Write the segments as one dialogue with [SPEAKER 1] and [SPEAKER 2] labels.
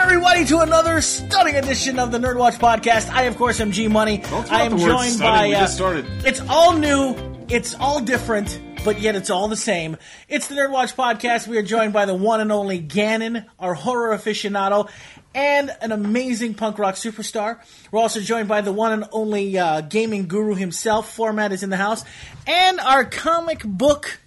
[SPEAKER 1] everybody, to another stunning edition of the Nerd Watch podcast. I, of course, am G Money.
[SPEAKER 2] Don't throw
[SPEAKER 1] I
[SPEAKER 2] out
[SPEAKER 1] am
[SPEAKER 2] the word
[SPEAKER 1] joined
[SPEAKER 2] stunning.
[SPEAKER 1] by. uh,
[SPEAKER 2] We just started.
[SPEAKER 1] It's all new. It's all different. But yet it's all the same. It's the Nerd Watch podcast. We are joined by the one and only Gannon, our horror aficionado, and an amazing punk rock superstar. We're also joined by the one and only uh, gaming guru himself. Format is in the house, and our comic book.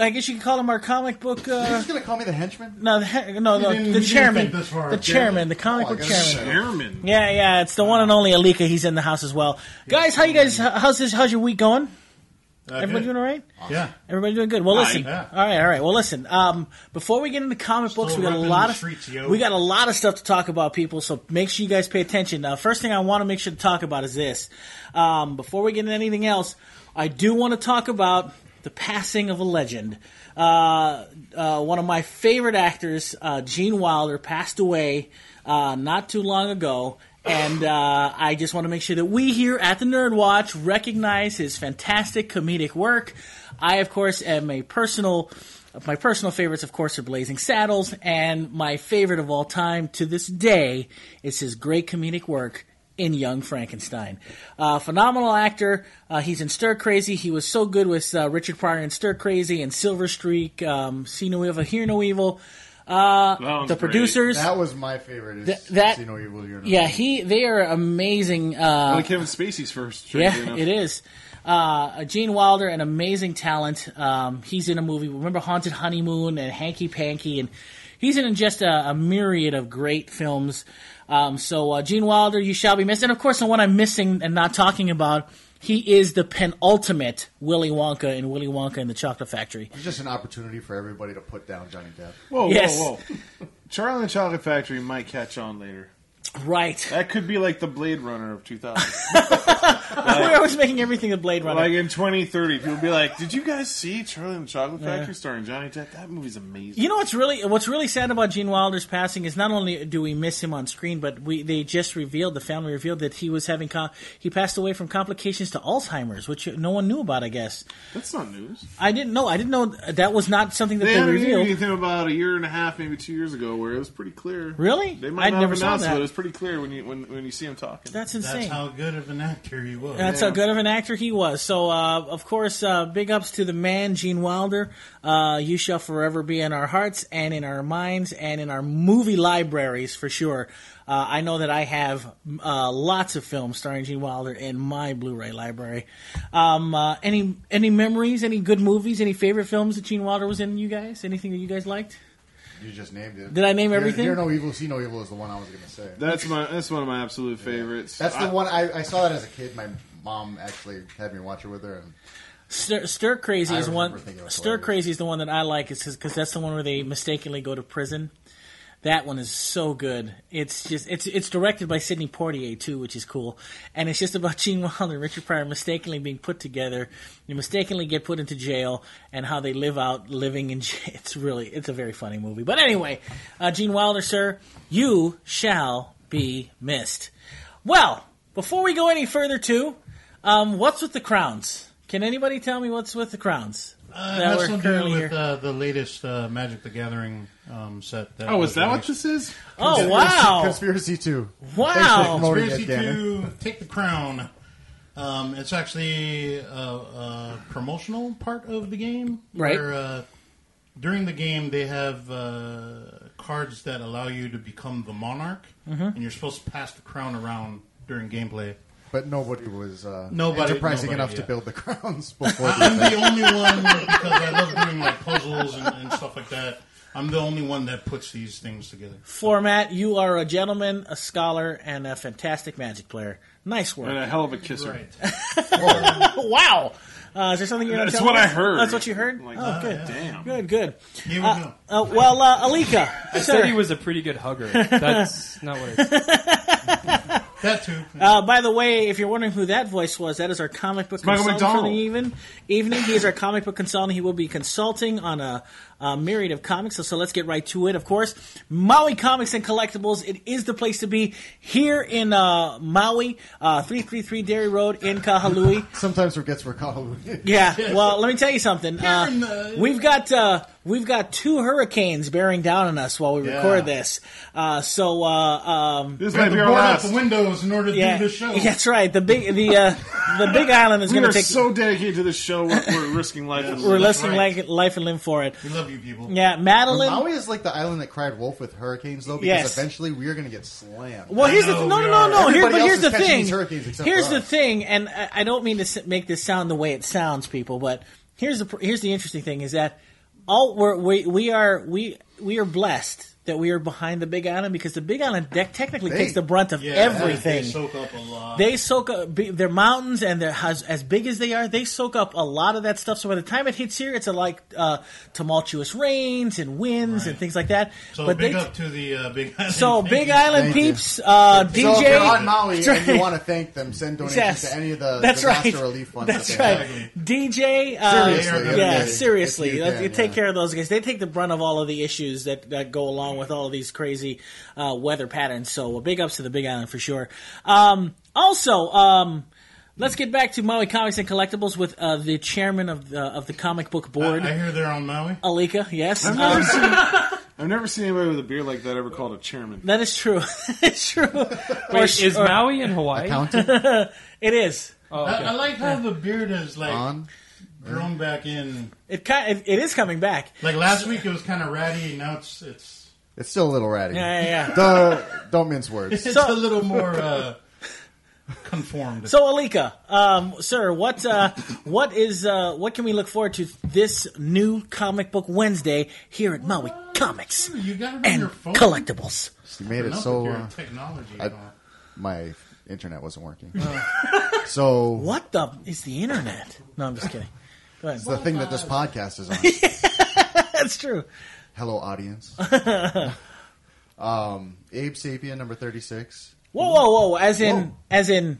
[SPEAKER 1] I guess you could call him our comic book. Uh,
[SPEAKER 3] He's gonna call me the henchman.
[SPEAKER 1] No, the, he- no, the,
[SPEAKER 3] didn't- you
[SPEAKER 1] the
[SPEAKER 3] didn't
[SPEAKER 1] chairman,
[SPEAKER 3] think this far,
[SPEAKER 1] the
[SPEAKER 3] did
[SPEAKER 1] chairman,
[SPEAKER 3] you?
[SPEAKER 1] the comic
[SPEAKER 3] Oh, I
[SPEAKER 1] book
[SPEAKER 3] guess
[SPEAKER 1] chairman.
[SPEAKER 3] so.
[SPEAKER 2] Chairman.
[SPEAKER 1] Yeah, yeah, it's the one and only Alika. He's in the house as well. Guys, how you guys? How's this? How's your week going?
[SPEAKER 3] Uh,
[SPEAKER 1] Everybody doing all right?
[SPEAKER 3] Yeah.
[SPEAKER 1] Everybody doing good. Well, listen.
[SPEAKER 3] Yeah.
[SPEAKER 1] All right, all right. Well, listen. Um, before we get into comic books, we got a
[SPEAKER 4] repping
[SPEAKER 1] lot
[SPEAKER 4] the
[SPEAKER 1] of
[SPEAKER 4] streets, yo.
[SPEAKER 1] we got a lot of stuff to talk about, people. So make sure you guys pay attention. Uh, first thing I want to make sure to talk about is this. Um, before we get into anything else, I do want to talk about the passing of a legend. Uh, uh, one of my favorite actors, uh, Gene Wilder, passed away uh, not too long ago. And uh, I just want to make sure that we here at the Nerd Watch recognize his fantastic comedic work. I, of course, am a personal. My personal favorites, of course, are Blazing Saddles, and my favorite of all time to this day is his great comedic work in Young Frankenstein. Uh, phenomenal actor. Uh, he's in Stir Crazy. He was so good with uh, Richard Pryor in Stir Crazy and Silver Streak, um, See No Evil, Hear No Evil. Uh,
[SPEAKER 2] one's
[SPEAKER 1] the
[SPEAKER 2] great.
[SPEAKER 1] producers.
[SPEAKER 3] That was my favorite. Is
[SPEAKER 1] Th- that-
[SPEAKER 3] Casino Evil Universe.
[SPEAKER 1] yeah, he. They are amazing. Uh,
[SPEAKER 2] Like Kevin Spacey's first.
[SPEAKER 1] yeah,
[SPEAKER 2] strangely
[SPEAKER 1] it
[SPEAKER 2] enough.
[SPEAKER 1] is. Uh, Gene Wilder, an amazing talent. Um, he's in a movie. Remember Haunted Honeymoon and Hanky Panky, and he's in just a, a myriad of great films. Um, so uh, Gene Wilder, you shall be missed. And of course, the one I'm missing and not talking about, he is the penultimate Willy Wonka in Willy Wonka and the Chocolate Factory.
[SPEAKER 3] It's just an opportunity for everybody to put down Johnny Depp.
[SPEAKER 2] Whoa,
[SPEAKER 1] Yes.
[SPEAKER 2] whoa, whoa. Charlie and the Chocolate Factory might catch on later.
[SPEAKER 1] Right.
[SPEAKER 2] That could be like the Blade Runner of 2000.
[SPEAKER 1] We're always making everything the Blade Runner.
[SPEAKER 2] like in 2030, people be like, "Did you guys see Charlie and the Chocolate Factory starring Johnny Depp? That movie's amazing."
[SPEAKER 1] You know what's really what's really sad about Gene Wilder's passing is not only do we miss him on screen, but we they just revealed the family revealed that he was having com- he passed away from complications to Alzheimer's, which no one knew about. I guess
[SPEAKER 2] That's not news.
[SPEAKER 1] I didn't know. I didn't know that was not something that
[SPEAKER 2] They
[SPEAKER 1] they,
[SPEAKER 2] had an interview
[SPEAKER 1] revealed.
[SPEAKER 2] with him about a year and a half, maybe two years ago, where it was pretty clear.
[SPEAKER 1] Really?
[SPEAKER 2] They
[SPEAKER 1] I
[SPEAKER 2] might not
[SPEAKER 1] never
[SPEAKER 2] have
[SPEAKER 1] saw
[SPEAKER 2] announced it,
[SPEAKER 1] that.
[SPEAKER 2] but it was pretty clear when you when, when you see him talking.
[SPEAKER 1] That's
[SPEAKER 4] That's
[SPEAKER 1] insane.
[SPEAKER 4] how good of an actor he was.
[SPEAKER 1] That's how good of an actor he was. So, uh, of course, uh, big ups to the man, Gene Wilder. Uh, you shall forever be in our hearts and in our minds and in our movie libraries for sure. Uh, I know that I have uh, lots of films starring Gene Wilder in my Blu-ray library. Um, uh, any any memories? Any good movies? Any favorite films that Gene Wilder was in? You guys? Anything that you guys liked?
[SPEAKER 3] You just named it.
[SPEAKER 1] Did I name
[SPEAKER 3] Hear-
[SPEAKER 1] everything?
[SPEAKER 3] Hear no evil, see no evil is the one I was gonna say.
[SPEAKER 2] That's my that's one of my absolute favorites.
[SPEAKER 3] That's the
[SPEAKER 2] I-
[SPEAKER 3] one I, I saw that as a kid. My mom actually had me watch it with her, and
[SPEAKER 1] Stir, Stir Crazy
[SPEAKER 3] I
[SPEAKER 1] is
[SPEAKER 3] remember
[SPEAKER 1] one.
[SPEAKER 3] thinking it was
[SPEAKER 1] Stir
[SPEAKER 3] hilarious.
[SPEAKER 1] Crazy is the one that I like. It's because that's the one where they mistakenly go to prison. That one is so good. It's just it's it's directed by Sidney Portier too, which is cool. And it's just about Gene Wilder and Richard Pryor mistakenly being put together. You mistakenly get put into jail, and how they live out living in jail. It's really it's a very funny movie. But anyway, uh, Gene Wilder, sir, you shall be missed. Well, before we go any further, too, um, what's with the crowns? Can anybody tell me what's with the crowns? That
[SPEAKER 4] Uh, that's
[SPEAKER 1] were
[SPEAKER 4] something to do
[SPEAKER 1] curly
[SPEAKER 4] with
[SPEAKER 1] hair.
[SPEAKER 4] uh, the latest uh, Magic the Gathering um, set. That
[SPEAKER 2] Oh, is that what
[SPEAKER 4] released.
[SPEAKER 2] this is?
[SPEAKER 1] Oh wow!
[SPEAKER 3] Conspiracy two. Thanks for
[SPEAKER 1] Wow!
[SPEAKER 3] promoting
[SPEAKER 4] Conspiracy
[SPEAKER 3] it, Danny.
[SPEAKER 4] to Take the Crown. Um, it's actually a, a promotional part of the game.
[SPEAKER 1] Right.
[SPEAKER 4] Where, uh, during the game, they have uh, cards that allow you to become the monarch,
[SPEAKER 2] Mm-hmm.
[SPEAKER 4] and you're supposed to pass the crown around during gameplay.
[SPEAKER 3] But nobody was uh,
[SPEAKER 4] Nobody-
[SPEAKER 3] enterprising
[SPEAKER 4] nobody,
[SPEAKER 3] enough to
[SPEAKER 4] yeah.
[SPEAKER 3] build the crowns before. the
[SPEAKER 4] I'm
[SPEAKER 3] event.
[SPEAKER 4] the only one because I love doing like puzzles and, and stuff like that. I'm the only one that puts these things together.
[SPEAKER 1] Format, you are a gentleman, a scholar, and a fantastic magic player. Nice
[SPEAKER 2] And
[SPEAKER 1] work! Oh,
[SPEAKER 2] a hell of a kisser.
[SPEAKER 1] wow! Uh, is there something you're? gonna
[SPEAKER 2] That's
[SPEAKER 1] tell
[SPEAKER 2] what
[SPEAKER 1] me?
[SPEAKER 2] I heard.
[SPEAKER 1] That's what you heard.
[SPEAKER 2] Like,
[SPEAKER 1] oh, good,
[SPEAKER 2] Damn.
[SPEAKER 1] good, good.
[SPEAKER 4] Here we go.
[SPEAKER 1] Uh, well, uh, Alika,
[SPEAKER 5] said he
[SPEAKER 1] sir.
[SPEAKER 5] was a pretty good hugger. That's not what it is.
[SPEAKER 4] That too.
[SPEAKER 1] Uh, by the way, if you're wondering who that voice was, that is our comic book
[SPEAKER 2] Michael
[SPEAKER 1] consultant for the
[SPEAKER 2] McDonald.
[SPEAKER 1] even, evening. He is our comic book consultant. He will be consulting on a, a myriad of comics. So, so let's get right to it. Of course, Maui Comics and Collectibles. It is the place to be here in uh, Maui, uh, 333 Dairy Road in Kahului.
[SPEAKER 3] Sometimes forgets we're called.
[SPEAKER 1] Yeah. Well, let me tell you something. Uh,
[SPEAKER 4] in the-
[SPEAKER 1] we've got uh, We've got two hurricanes bearing down on us while we
[SPEAKER 4] Yeah.
[SPEAKER 1] record this. Uh, so, uh, um,
[SPEAKER 2] This
[SPEAKER 4] We had
[SPEAKER 2] might
[SPEAKER 4] to
[SPEAKER 2] be our
[SPEAKER 4] board out
[SPEAKER 2] last.
[SPEAKER 4] the windows in order to
[SPEAKER 1] yeah,
[SPEAKER 4] do this show.
[SPEAKER 1] that's right. The big the uh, the Big Island is
[SPEAKER 2] We
[SPEAKER 1] going to
[SPEAKER 2] are
[SPEAKER 1] take.
[SPEAKER 2] so dedicated to this show, we're, we're risking life. and
[SPEAKER 1] we're
[SPEAKER 2] limb.
[SPEAKER 1] risking
[SPEAKER 4] right.
[SPEAKER 1] like life and limb for it.
[SPEAKER 4] We love you, people.
[SPEAKER 1] Yeah, Madeline.
[SPEAKER 3] Maui is like the island that cried wolf with hurricanes, though, because
[SPEAKER 1] Yes.
[SPEAKER 3] eventually we are going to get slammed.
[SPEAKER 1] Well, here's the
[SPEAKER 4] know,
[SPEAKER 1] th- no,
[SPEAKER 4] we
[SPEAKER 1] no, no,
[SPEAKER 4] are.
[SPEAKER 1] no. Here,
[SPEAKER 3] Everybody
[SPEAKER 1] but
[SPEAKER 3] else
[SPEAKER 1] here's
[SPEAKER 3] is
[SPEAKER 1] the
[SPEAKER 3] catching
[SPEAKER 1] thing.
[SPEAKER 3] these hurricanes except
[SPEAKER 1] Here's
[SPEAKER 3] for
[SPEAKER 1] the
[SPEAKER 3] us.
[SPEAKER 1] thing, and I, I don't mean to s- make this sound the way it sounds, people. But here's the pr- here's the interesting thing is that all we're, we we are we we are blessed that we are behind the Big Island because the Big Island de- technically
[SPEAKER 3] They-
[SPEAKER 1] takes the brunt of
[SPEAKER 4] Yeah,
[SPEAKER 1] everything.
[SPEAKER 4] They soak up a lot.
[SPEAKER 1] They soak up be- their mountains and their as, as big as they are. They soak up a lot of that stuff. So by the time it hits here, it's a, like uh, tumultuous rains and winds and
[SPEAKER 4] Right.
[SPEAKER 1] things like that.
[SPEAKER 4] so
[SPEAKER 1] but
[SPEAKER 4] big
[SPEAKER 1] they,
[SPEAKER 4] up to the uh, Big Island.
[SPEAKER 1] so
[SPEAKER 4] Thank
[SPEAKER 1] Big
[SPEAKER 4] you.
[SPEAKER 1] Island
[SPEAKER 3] Thank you.
[SPEAKER 1] peeps, uh,
[SPEAKER 3] So
[SPEAKER 1] DJ.
[SPEAKER 3] if you're on Maui
[SPEAKER 1] That's
[SPEAKER 3] and you
[SPEAKER 1] right.
[SPEAKER 3] want to thank them, send donations
[SPEAKER 1] Yes.
[SPEAKER 3] to any of the
[SPEAKER 1] That's
[SPEAKER 3] disaster
[SPEAKER 1] right.
[SPEAKER 3] relief funds.
[SPEAKER 1] That's
[SPEAKER 3] that they
[SPEAKER 1] right.
[SPEAKER 3] Have.
[SPEAKER 1] DJ, uh,
[SPEAKER 3] Seriously,
[SPEAKER 1] yeah,
[SPEAKER 3] everybody. If
[SPEAKER 1] seriously,
[SPEAKER 3] you
[SPEAKER 1] uh,
[SPEAKER 3] can,
[SPEAKER 1] you take
[SPEAKER 3] yeah.
[SPEAKER 1] care of those guys. They take the brunt of all of the issues that, that go along with all of these crazy uh, weather patterns. So, uh, big ups to the Big Island for sure. Um, also, um, let's get back to Maui Comics and Collectibles with uh, the chairman of the of the comic book board,
[SPEAKER 4] I hear they're on Maui.
[SPEAKER 1] Alika. Yes,
[SPEAKER 2] I've
[SPEAKER 1] Um,
[SPEAKER 2] never, seen, I've never seen anybody with a beard like that ever called a chairman.
[SPEAKER 1] that is true. it's true. Or-
[SPEAKER 5] Wait, is
[SPEAKER 1] or-
[SPEAKER 5] Maui in Hawaii?
[SPEAKER 3] Counted
[SPEAKER 1] It is.
[SPEAKER 5] Oh,
[SPEAKER 4] I, I
[SPEAKER 5] okay.
[SPEAKER 4] like how the beard is like
[SPEAKER 3] on.
[SPEAKER 4] grown back in.
[SPEAKER 1] It kind. It, it is coming back.
[SPEAKER 4] Like last week, it was kind of ratty, and now it's it's
[SPEAKER 3] It's still a little ratty.
[SPEAKER 1] Yeah, yeah. yeah.
[SPEAKER 3] Duh, don't mince words.
[SPEAKER 4] it's
[SPEAKER 1] So-
[SPEAKER 4] a little more uh, conformed.
[SPEAKER 1] So, Alika, um, sir, what uh, what is uh, what can we look forward to this new comic book Wednesday here at Maui Comics
[SPEAKER 4] Dude, you got it on
[SPEAKER 1] and
[SPEAKER 4] your phone.
[SPEAKER 1] Collectibles?
[SPEAKER 3] She made it
[SPEAKER 4] Enough
[SPEAKER 3] so.
[SPEAKER 4] with your
[SPEAKER 3] uh,
[SPEAKER 4] technology.
[SPEAKER 3] I-
[SPEAKER 4] and all.
[SPEAKER 3] my internet wasn't working.
[SPEAKER 1] Oh.
[SPEAKER 3] so
[SPEAKER 1] What the is the internet? No, I'm just kidding. Go ahead.
[SPEAKER 3] it's the thing that this podcast is on.
[SPEAKER 1] That's true.
[SPEAKER 3] Hello, audience. um, Abe Sapien, number thirty-six.
[SPEAKER 1] Whoa, whoa, whoa! As in,
[SPEAKER 3] Whoa.
[SPEAKER 1] as in,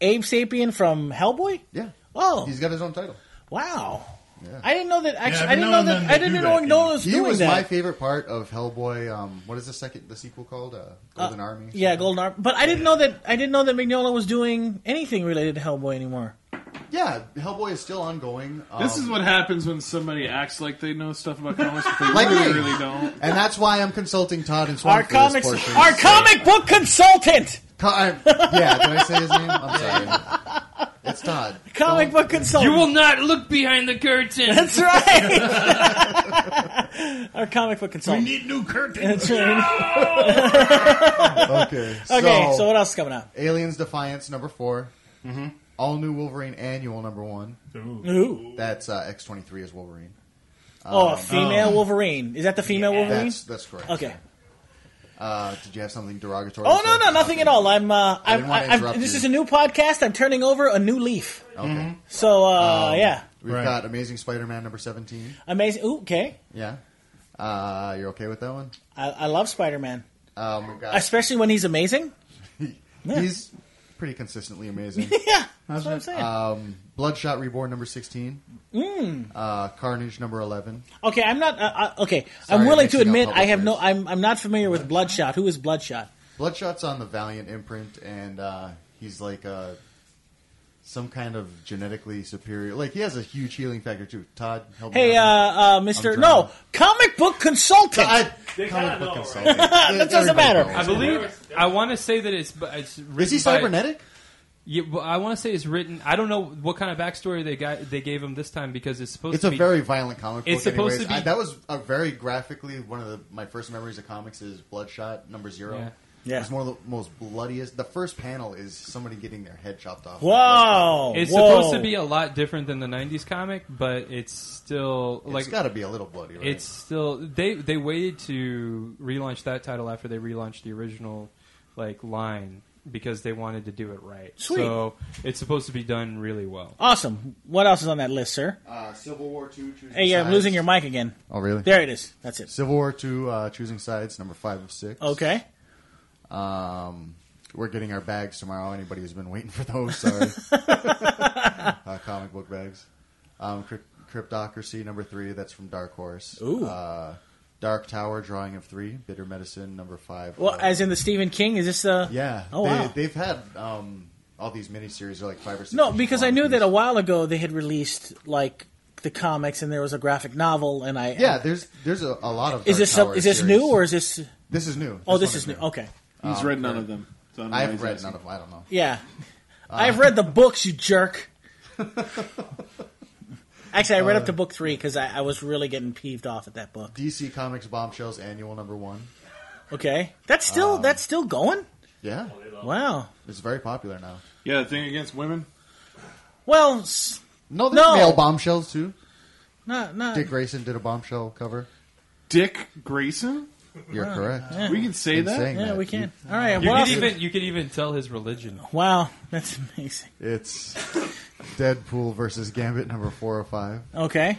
[SPEAKER 1] Abe Sapien from Hellboy.
[SPEAKER 3] Yeah.
[SPEAKER 1] Oh,
[SPEAKER 3] He's got his own title.
[SPEAKER 1] wow!
[SPEAKER 3] Yeah.
[SPEAKER 1] I didn't know that. Actually, I
[SPEAKER 4] every
[SPEAKER 1] didn't
[SPEAKER 4] now
[SPEAKER 1] know
[SPEAKER 4] and
[SPEAKER 1] that.
[SPEAKER 4] then
[SPEAKER 1] I
[SPEAKER 4] they
[SPEAKER 1] didn't
[SPEAKER 4] do
[SPEAKER 1] know
[SPEAKER 4] that,
[SPEAKER 1] no
[SPEAKER 4] yeah.
[SPEAKER 1] one was
[SPEAKER 3] He
[SPEAKER 1] doing
[SPEAKER 3] was
[SPEAKER 1] that.
[SPEAKER 3] my favorite part of Hellboy. Um, what is the second the sequel called? Uh, Golden Army.
[SPEAKER 1] yeah, Golden Arm. But I didn't know that. I didn't know that Mignola was doing anything related to Hellboy anymore.
[SPEAKER 3] Yeah, Hellboy is still ongoing. Um,
[SPEAKER 2] This is what happens when somebody acts like they know stuff about comics, but they
[SPEAKER 3] Like
[SPEAKER 2] really,
[SPEAKER 3] me.
[SPEAKER 2] really don't.
[SPEAKER 3] and that's why I'm consulting Todd and Swan
[SPEAKER 1] our
[SPEAKER 3] for
[SPEAKER 1] comics,
[SPEAKER 3] this portion.
[SPEAKER 1] our comic book consultant,
[SPEAKER 3] Co- I- yeah, did I say his name? I'm sorry. It's Todd.
[SPEAKER 1] comic
[SPEAKER 3] Don't-
[SPEAKER 1] book consultant.
[SPEAKER 5] You will not look behind the curtain.
[SPEAKER 1] That's right. our comic book
[SPEAKER 4] we
[SPEAKER 1] consultant.
[SPEAKER 4] need new curtains.
[SPEAKER 1] That's right.
[SPEAKER 3] Okay.
[SPEAKER 1] Okay, so, what else is coming up?
[SPEAKER 3] Aliens Defiance number 4
[SPEAKER 2] Mm-hmm.
[SPEAKER 3] All New Wolverine Annual number one.
[SPEAKER 4] Ooh.
[SPEAKER 1] Ooh.
[SPEAKER 3] That's uh, X twenty three as Wolverine. Um,
[SPEAKER 1] Oh, a female Wolverine. Is that the female Wolverine?
[SPEAKER 3] That's that's correct.
[SPEAKER 1] Okay.
[SPEAKER 3] Uh, did you have something derogatory?
[SPEAKER 1] Oh
[SPEAKER 3] to
[SPEAKER 1] no,
[SPEAKER 3] say?
[SPEAKER 1] no, nothing at all. I'm. Uh, I'm,
[SPEAKER 3] didn't want to
[SPEAKER 1] I'm,
[SPEAKER 3] interrupt
[SPEAKER 1] This
[SPEAKER 3] you.
[SPEAKER 1] is a new podcast. I'm turning over a new leaf.
[SPEAKER 3] Okay. Um,
[SPEAKER 1] So uh, yeah,
[SPEAKER 3] We've
[SPEAKER 4] Right.
[SPEAKER 3] got Amazing Spider Man number seventeen.
[SPEAKER 1] amazing. Ooh, okay.
[SPEAKER 3] Yeah. Uh, you're okay with that one?
[SPEAKER 1] I, I love Spider Man,
[SPEAKER 3] Um, we've got
[SPEAKER 1] especially when he's amazing. yeah.
[SPEAKER 3] he's pretty consistently amazing.
[SPEAKER 1] Yeah, that's what I'm saying.
[SPEAKER 3] um, Bloodshot Reborn number sixteen. Uh, Carnage number eleven.
[SPEAKER 1] okay, I'm not. Uh, uh, okay,
[SPEAKER 3] Sorry,
[SPEAKER 1] I'm
[SPEAKER 3] I'm
[SPEAKER 1] willing to
[SPEAKER 3] mixing up
[SPEAKER 1] admit I
[SPEAKER 3] public
[SPEAKER 1] have no.
[SPEAKER 3] lists.
[SPEAKER 1] I'm. I'm not familiar with Bloodshot. Who is Bloodshot?
[SPEAKER 3] Bloodshot's on the Valiant imprint, and uh, he's like uh some kind of genetically superior. Like he has a huge healing factor too. Todd, help me
[SPEAKER 1] Hey, uh,
[SPEAKER 3] out here.
[SPEAKER 1] uh, Mister,
[SPEAKER 3] I'm
[SPEAKER 1] no,
[SPEAKER 3] drunk.
[SPEAKER 1] comic book consultant.
[SPEAKER 3] Todd,
[SPEAKER 2] They
[SPEAKER 3] comic
[SPEAKER 2] kinda
[SPEAKER 3] book
[SPEAKER 2] know,
[SPEAKER 3] consultant.
[SPEAKER 1] That doesn't matter.
[SPEAKER 3] Everybody
[SPEAKER 5] I
[SPEAKER 3] knows.
[SPEAKER 5] believe. I want to say that it's. bu-
[SPEAKER 3] Is
[SPEAKER 5] it's
[SPEAKER 3] he
[SPEAKER 5] written by-
[SPEAKER 3] cybernetic?
[SPEAKER 5] Yeah, well, I want to say it's written. I don't know what kind of backstory they got. They gave him this time because it's supposed
[SPEAKER 3] It's
[SPEAKER 5] to
[SPEAKER 3] a
[SPEAKER 5] be.
[SPEAKER 3] very violent comic book.
[SPEAKER 5] It's supposed
[SPEAKER 3] anyways.
[SPEAKER 5] to
[SPEAKER 3] I,
[SPEAKER 5] be-
[SPEAKER 3] that was a very graphically one of the, my first memories of comics is Bloodshot number zero.
[SPEAKER 5] Yeah.
[SPEAKER 1] Yeah.
[SPEAKER 3] It's one of the most bloodiest. The first panel is somebody getting their head chopped off.
[SPEAKER 1] Whoa!
[SPEAKER 5] it's
[SPEAKER 1] whoa.
[SPEAKER 5] supposed to be a lot different than the '90s comic, but it's still like
[SPEAKER 3] it's got to be a little bloody. Right?
[SPEAKER 5] It's still they they waited to relaunch that title after they relaunched the original like line because they wanted to do it right.
[SPEAKER 1] Sweet.
[SPEAKER 5] So it's supposed to be done really well.
[SPEAKER 1] awesome. What else is on that list, sir?
[SPEAKER 3] uh, Civil War two. Choosing
[SPEAKER 1] Hey, yeah, I'm
[SPEAKER 3] Sides.
[SPEAKER 1] losing your mic again.
[SPEAKER 3] Oh really?
[SPEAKER 1] There it is. That's it.
[SPEAKER 3] Civil War two. Uh, choosing sides number five of six.
[SPEAKER 1] Okay.
[SPEAKER 3] Um, we're getting our bags tomorrow. Anybody who's been waiting for those, sorry. uh, comic book bags. Um, Crypt- Cryptocracy number three. That's from Dark Horse.
[SPEAKER 1] Ooh.
[SPEAKER 3] Uh, Dark Tower drawing of three. Bitter Medicine number five.
[SPEAKER 1] Well,
[SPEAKER 3] Uh,
[SPEAKER 1] as in the Stephen King, is this the?
[SPEAKER 3] yeah.
[SPEAKER 1] Oh
[SPEAKER 3] they,
[SPEAKER 1] wow.
[SPEAKER 3] They've had um, all these miniseries are like five or six.
[SPEAKER 1] no,
[SPEAKER 3] issues
[SPEAKER 1] because I
[SPEAKER 3] long
[SPEAKER 1] knew that a
[SPEAKER 3] piece.
[SPEAKER 1] while ago they had released like the comics and there was a graphic novel, and I
[SPEAKER 3] Yeah, there's there's a, a lot of.
[SPEAKER 1] Is
[SPEAKER 3] Dark
[SPEAKER 1] this
[SPEAKER 3] Tower
[SPEAKER 1] some, is this
[SPEAKER 3] series.
[SPEAKER 1] new or is this?
[SPEAKER 3] this is new?
[SPEAKER 1] Oh,
[SPEAKER 3] one
[SPEAKER 1] this is new. Okay,
[SPEAKER 2] He's read none of them. So I don't know why
[SPEAKER 3] Oh, I've
[SPEAKER 2] he's
[SPEAKER 3] read
[SPEAKER 2] asking.
[SPEAKER 3] none of. them. I don't know.
[SPEAKER 1] yeah.
[SPEAKER 3] Uh,
[SPEAKER 1] I've read the books, you jerk. Actually, I read
[SPEAKER 3] Uh,
[SPEAKER 1] up to book three because I, I was really getting peeved off at that book.
[SPEAKER 3] DC Comics Bombshells Annual Number One.
[SPEAKER 1] Okay, that's still
[SPEAKER 3] Uh,
[SPEAKER 1] that's still going.
[SPEAKER 3] Yeah,
[SPEAKER 1] Wow.
[SPEAKER 3] it's very popular now.
[SPEAKER 2] Yeah, the thing against women.
[SPEAKER 1] Well, s-
[SPEAKER 3] No, there's
[SPEAKER 1] No.
[SPEAKER 3] male bombshells too.
[SPEAKER 1] not not.
[SPEAKER 3] Dick Grayson did a bombshell cover.
[SPEAKER 2] Dick Grayson?
[SPEAKER 3] You're correct.
[SPEAKER 2] We can say
[SPEAKER 3] In
[SPEAKER 2] that?
[SPEAKER 3] saying
[SPEAKER 1] yeah,
[SPEAKER 3] that,
[SPEAKER 1] we
[SPEAKER 3] you-
[SPEAKER 1] can. All right.
[SPEAKER 5] You
[SPEAKER 1] what
[SPEAKER 5] could
[SPEAKER 1] else-
[SPEAKER 5] even you could even tell his religion.
[SPEAKER 1] Wow, that's amazing.
[SPEAKER 3] It's Deadpool versus Gambit number four or five.
[SPEAKER 1] Okay.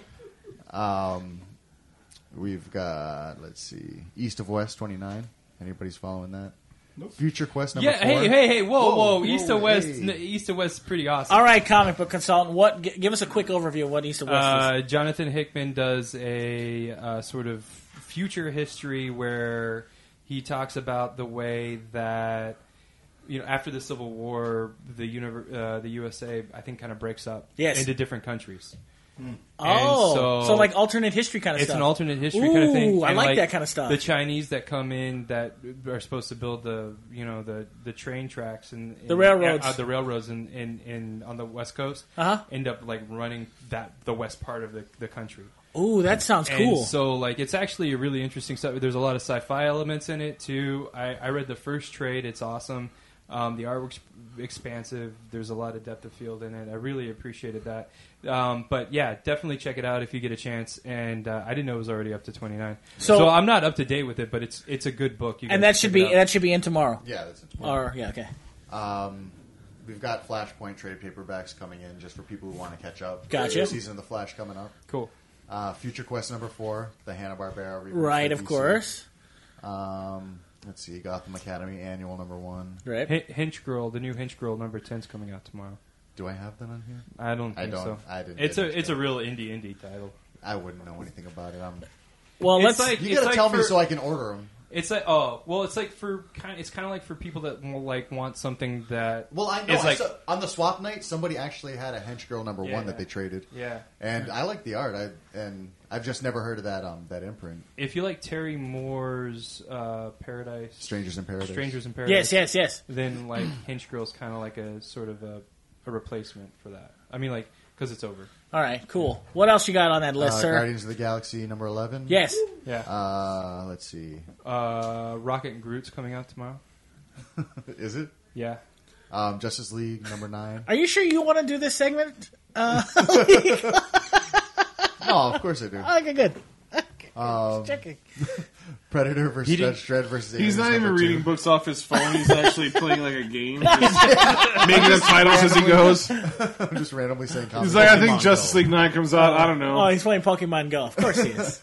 [SPEAKER 3] We've got let's see, East of West twenty nine. Anybody's following that?
[SPEAKER 4] Nope.
[SPEAKER 3] Future Quest number
[SPEAKER 5] Yeah,
[SPEAKER 3] four.
[SPEAKER 5] hey, hey, hey, whoa, whoa,
[SPEAKER 3] Whoa,
[SPEAKER 5] East
[SPEAKER 3] whoa,
[SPEAKER 5] to West,
[SPEAKER 3] hey.
[SPEAKER 5] n- East to West, is pretty awesome.
[SPEAKER 1] All right, comic book consultant. What? G- give us a quick overview of what East of West is.
[SPEAKER 5] Uh, Jonathan Hickman does a uh, sort of future history where he talks about the way that you know after the Civil War, the univer- uh, the USA I think kind of breaks up
[SPEAKER 1] Yes.
[SPEAKER 5] into different countries. and
[SPEAKER 1] Oh, so,
[SPEAKER 5] so-
[SPEAKER 1] like alternate history kind of
[SPEAKER 5] It's
[SPEAKER 1] stuff.
[SPEAKER 5] an alternate history kind of thing.
[SPEAKER 1] Ooh, I
[SPEAKER 5] and,
[SPEAKER 1] like that kind of stuff.
[SPEAKER 5] The Chinese that come in that are supposed to build the you know the, the train tracks and, and
[SPEAKER 1] The railroads.
[SPEAKER 5] uh, the railroads in, in, in on the west coast
[SPEAKER 1] Uh-huh.
[SPEAKER 5] end up like running that the west part of the, the country.
[SPEAKER 1] Ooh, that sounds cool.
[SPEAKER 5] And so like it's actually a really interesting stuff. There's a lot of sci-fi elements in it too. I, I read the first trade. It's awesome. Um, the artwork's expansive. There's a lot of depth of field in it. I really appreciated that. Um, but yeah, definitely check it out if you get a chance. And uh, I didn't know it was already up to 29.
[SPEAKER 1] So-
[SPEAKER 5] So, I'm not up to date with it, but it's it's a good book. You
[SPEAKER 1] and
[SPEAKER 5] guys
[SPEAKER 1] that should
[SPEAKER 5] check
[SPEAKER 1] be
[SPEAKER 5] it out.
[SPEAKER 1] that should be in tomorrow.
[SPEAKER 3] Yeah, that's it.
[SPEAKER 1] Or yeah, okay,
[SPEAKER 3] We've got Flashpoint trade paperbacks coming in just for people who want to catch up.
[SPEAKER 1] Gotcha.
[SPEAKER 3] There's a Season of the Flash coming up.
[SPEAKER 5] cool.
[SPEAKER 3] Uh, Future Quest number four, the Hanna Barbera.
[SPEAKER 1] right, of course.
[SPEAKER 3] Um, let's see, Gotham Academy Annual number one.
[SPEAKER 1] Right.
[SPEAKER 5] H- Hinch Girl, the new Hinch Girl number 10's coming out tomorrow.
[SPEAKER 3] Do I have that on here?
[SPEAKER 5] I don't.
[SPEAKER 3] I
[SPEAKER 5] Think
[SPEAKER 3] don't-
[SPEAKER 5] So.
[SPEAKER 3] I didn't
[SPEAKER 5] It's
[SPEAKER 3] get
[SPEAKER 5] a
[SPEAKER 3] Hinch
[SPEAKER 5] it's a
[SPEAKER 3] Girl.
[SPEAKER 5] real indie indie title.
[SPEAKER 3] I wouldn't know anything about it. I'm,
[SPEAKER 1] Well,
[SPEAKER 5] It's
[SPEAKER 1] let's.
[SPEAKER 5] like-
[SPEAKER 3] you
[SPEAKER 5] It's
[SPEAKER 3] gotta tell me
[SPEAKER 5] for-
[SPEAKER 3] so I can order them.
[SPEAKER 5] It's like oh well, it's like for kind. It's kind of like for people that more like want something that
[SPEAKER 3] Well, I know
[SPEAKER 5] It's
[SPEAKER 3] I
[SPEAKER 5] like-
[SPEAKER 3] saw- on the swap night, somebody actually had a hench girl number
[SPEAKER 5] Yeah.
[SPEAKER 3] one that they traded.
[SPEAKER 5] yeah.
[SPEAKER 3] And I like the art. I and I've just never heard of that um that imprint,
[SPEAKER 5] If you like Terry Moore's uh, Paradise,
[SPEAKER 3] Strangers in Paradise.
[SPEAKER 5] Strangers in
[SPEAKER 1] yes,
[SPEAKER 5] Paradise,
[SPEAKER 1] yes, yes.
[SPEAKER 5] Then like Hinch Girl's kind of like a sort of a, a replacement for that. I mean, like because it's over.
[SPEAKER 1] All right, cool. What else you got on that
[SPEAKER 3] uh,
[SPEAKER 1] list, sir?
[SPEAKER 3] Guardians of the Galaxy number eleven.
[SPEAKER 1] Yes.
[SPEAKER 5] Yeah.
[SPEAKER 3] Uh, let's see.
[SPEAKER 5] Uh, Rocket and Groot's coming out tomorrow.
[SPEAKER 3] Is it
[SPEAKER 5] Yeah.
[SPEAKER 3] um, Justice League number nine?
[SPEAKER 1] Are you sure you want to do this segment?
[SPEAKER 3] no, Oh, of course I do.
[SPEAKER 1] Oh, Okay, good. Okay,
[SPEAKER 3] Um,
[SPEAKER 1] just checking.
[SPEAKER 3] Predator versus
[SPEAKER 5] didn't-
[SPEAKER 3] Judge Dredd versus
[SPEAKER 2] He's
[SPEAKER 3] Aliens
[SPEAKER 2] not even
[SPEAKER 3] number two.
[SPEAKER 2] reading books off his phone. He's actually playing like a game, just making up titles as he goes.
[SPEAKER 3] I'm just randomly saying comics.
[SPEAKER 2] He's like, I think
[SPEAKER 3] Pokemon
[SPEAKER 2] Justice
[SPEAKER 3] Go.
[SPEAKER 2] League Nine comes out. I don't
[SPEAKER 1] Oh,
[SPEAKER 2] know.
[SPEAKER 1] he's playing Pokemon Go. Of course he is.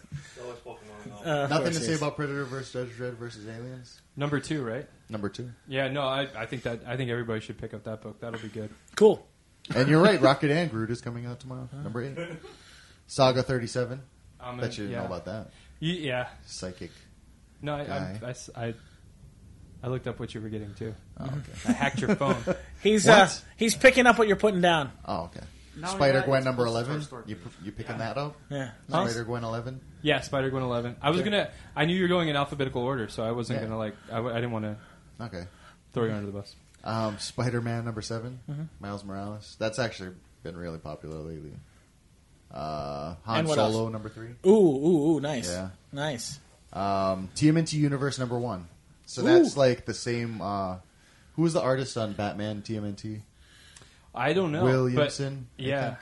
[SPEAKER 1] Uh, of
[SPEAKER 3] Nothing
[SPEAKER 1] course
[SPEAKER 3] to
[SPEAKER 1] he
[SPEAKER 3] say
[SPEAKER 1] is.
[SPEAKER 3] about Predator versus Judge Dredd versus Aliens
[SPEAKER 5] Number two, right?
[SPEAKER 3] number two.
[SPEAKER 5] Yeah. No, I, I think that I think everybody should pick up that book. That'll be good.
[SPEAKER 1] Cool.
[SPEAKER 3] And you're right, Rocket and Groot is coming out tomorrow. Number eight, Saga thirty seven.
[SPEAKER 5] Um,
[SPEAKER 3] Bet you didn't
[SPEAKER 5] yeah.
[SPEAKER 3] know about that.
[SPEAKER 5] You- yeah.
[SPEAKER 3] Psychic.
[SPEAKER 5] No, I,
[SPEAKER 3] Guy.
[SPEAKER 5] I, I s- I- I looked up what you were getting too.
[SPEAKER 3] Oh, okay.
[SPEAKER 5] I hacked your phone.
[SPEAKER 1] He's
[SPEAKER 3] What?
[SPEAKER 1] uh, he's picking up what you're putting down.
[SPEAKER 3] Oh, okay.
[SPEAKER 5] No,
[SPEAKER 3] Spider
[SPEAKER 5] yeah,
[SPEAKER 3] Gwen
[SPEAKER 5] it's
[SPEAKER 3] number
[SPEAKER 5] close to
[SPEAKER 3] eleven.
[SPEAKER 5] first order.
[SPEAKER 3] You p- you picking that up?
[SPEAKER 1] Yeah.
[SPEAKER 5] Nice.
[SPEAKER 3] Spider Gwen eleven.
[SPEAKER 5] Yeah, Spider Gwen Eleven. I was gonna. I knew you were going in alphabetical order, so I wasn't
[SPEAKER 3] Yeah.
[SPEAKER 5] gonna like. I, w- I didn't want to
[SPEAKER 3] Okay.
[SPEAKER 5] throw you under the bus.
[SPEAKER 3] Um, Spider Man number 7
[SPEAKER 2] Mm-hmm.
[SPEAKER 3] Miles Morales. That's actually been really popular lately. Uh, Han
[SPEAKER 1] And what
[SPEAKER 3] Solo number three.
[SPEAKER 1] Ooh, ooh, ooh, nice.
[SPEAKER 3] Yeah.
[SPEAKER 1] Nice.
[SPEAKER 3] Um, TMNT Universe number one. So
[SPEAKER 1] Ooh.
[SPEAKER 3] that's like the same. Uh, who was the artist on Batman TMNT?
[SPEAKER 5] I don't know.
[SPEAKER 3] Williamson. I
[SPEAKER 5] But, yeah.
[SPEAKER 3] think.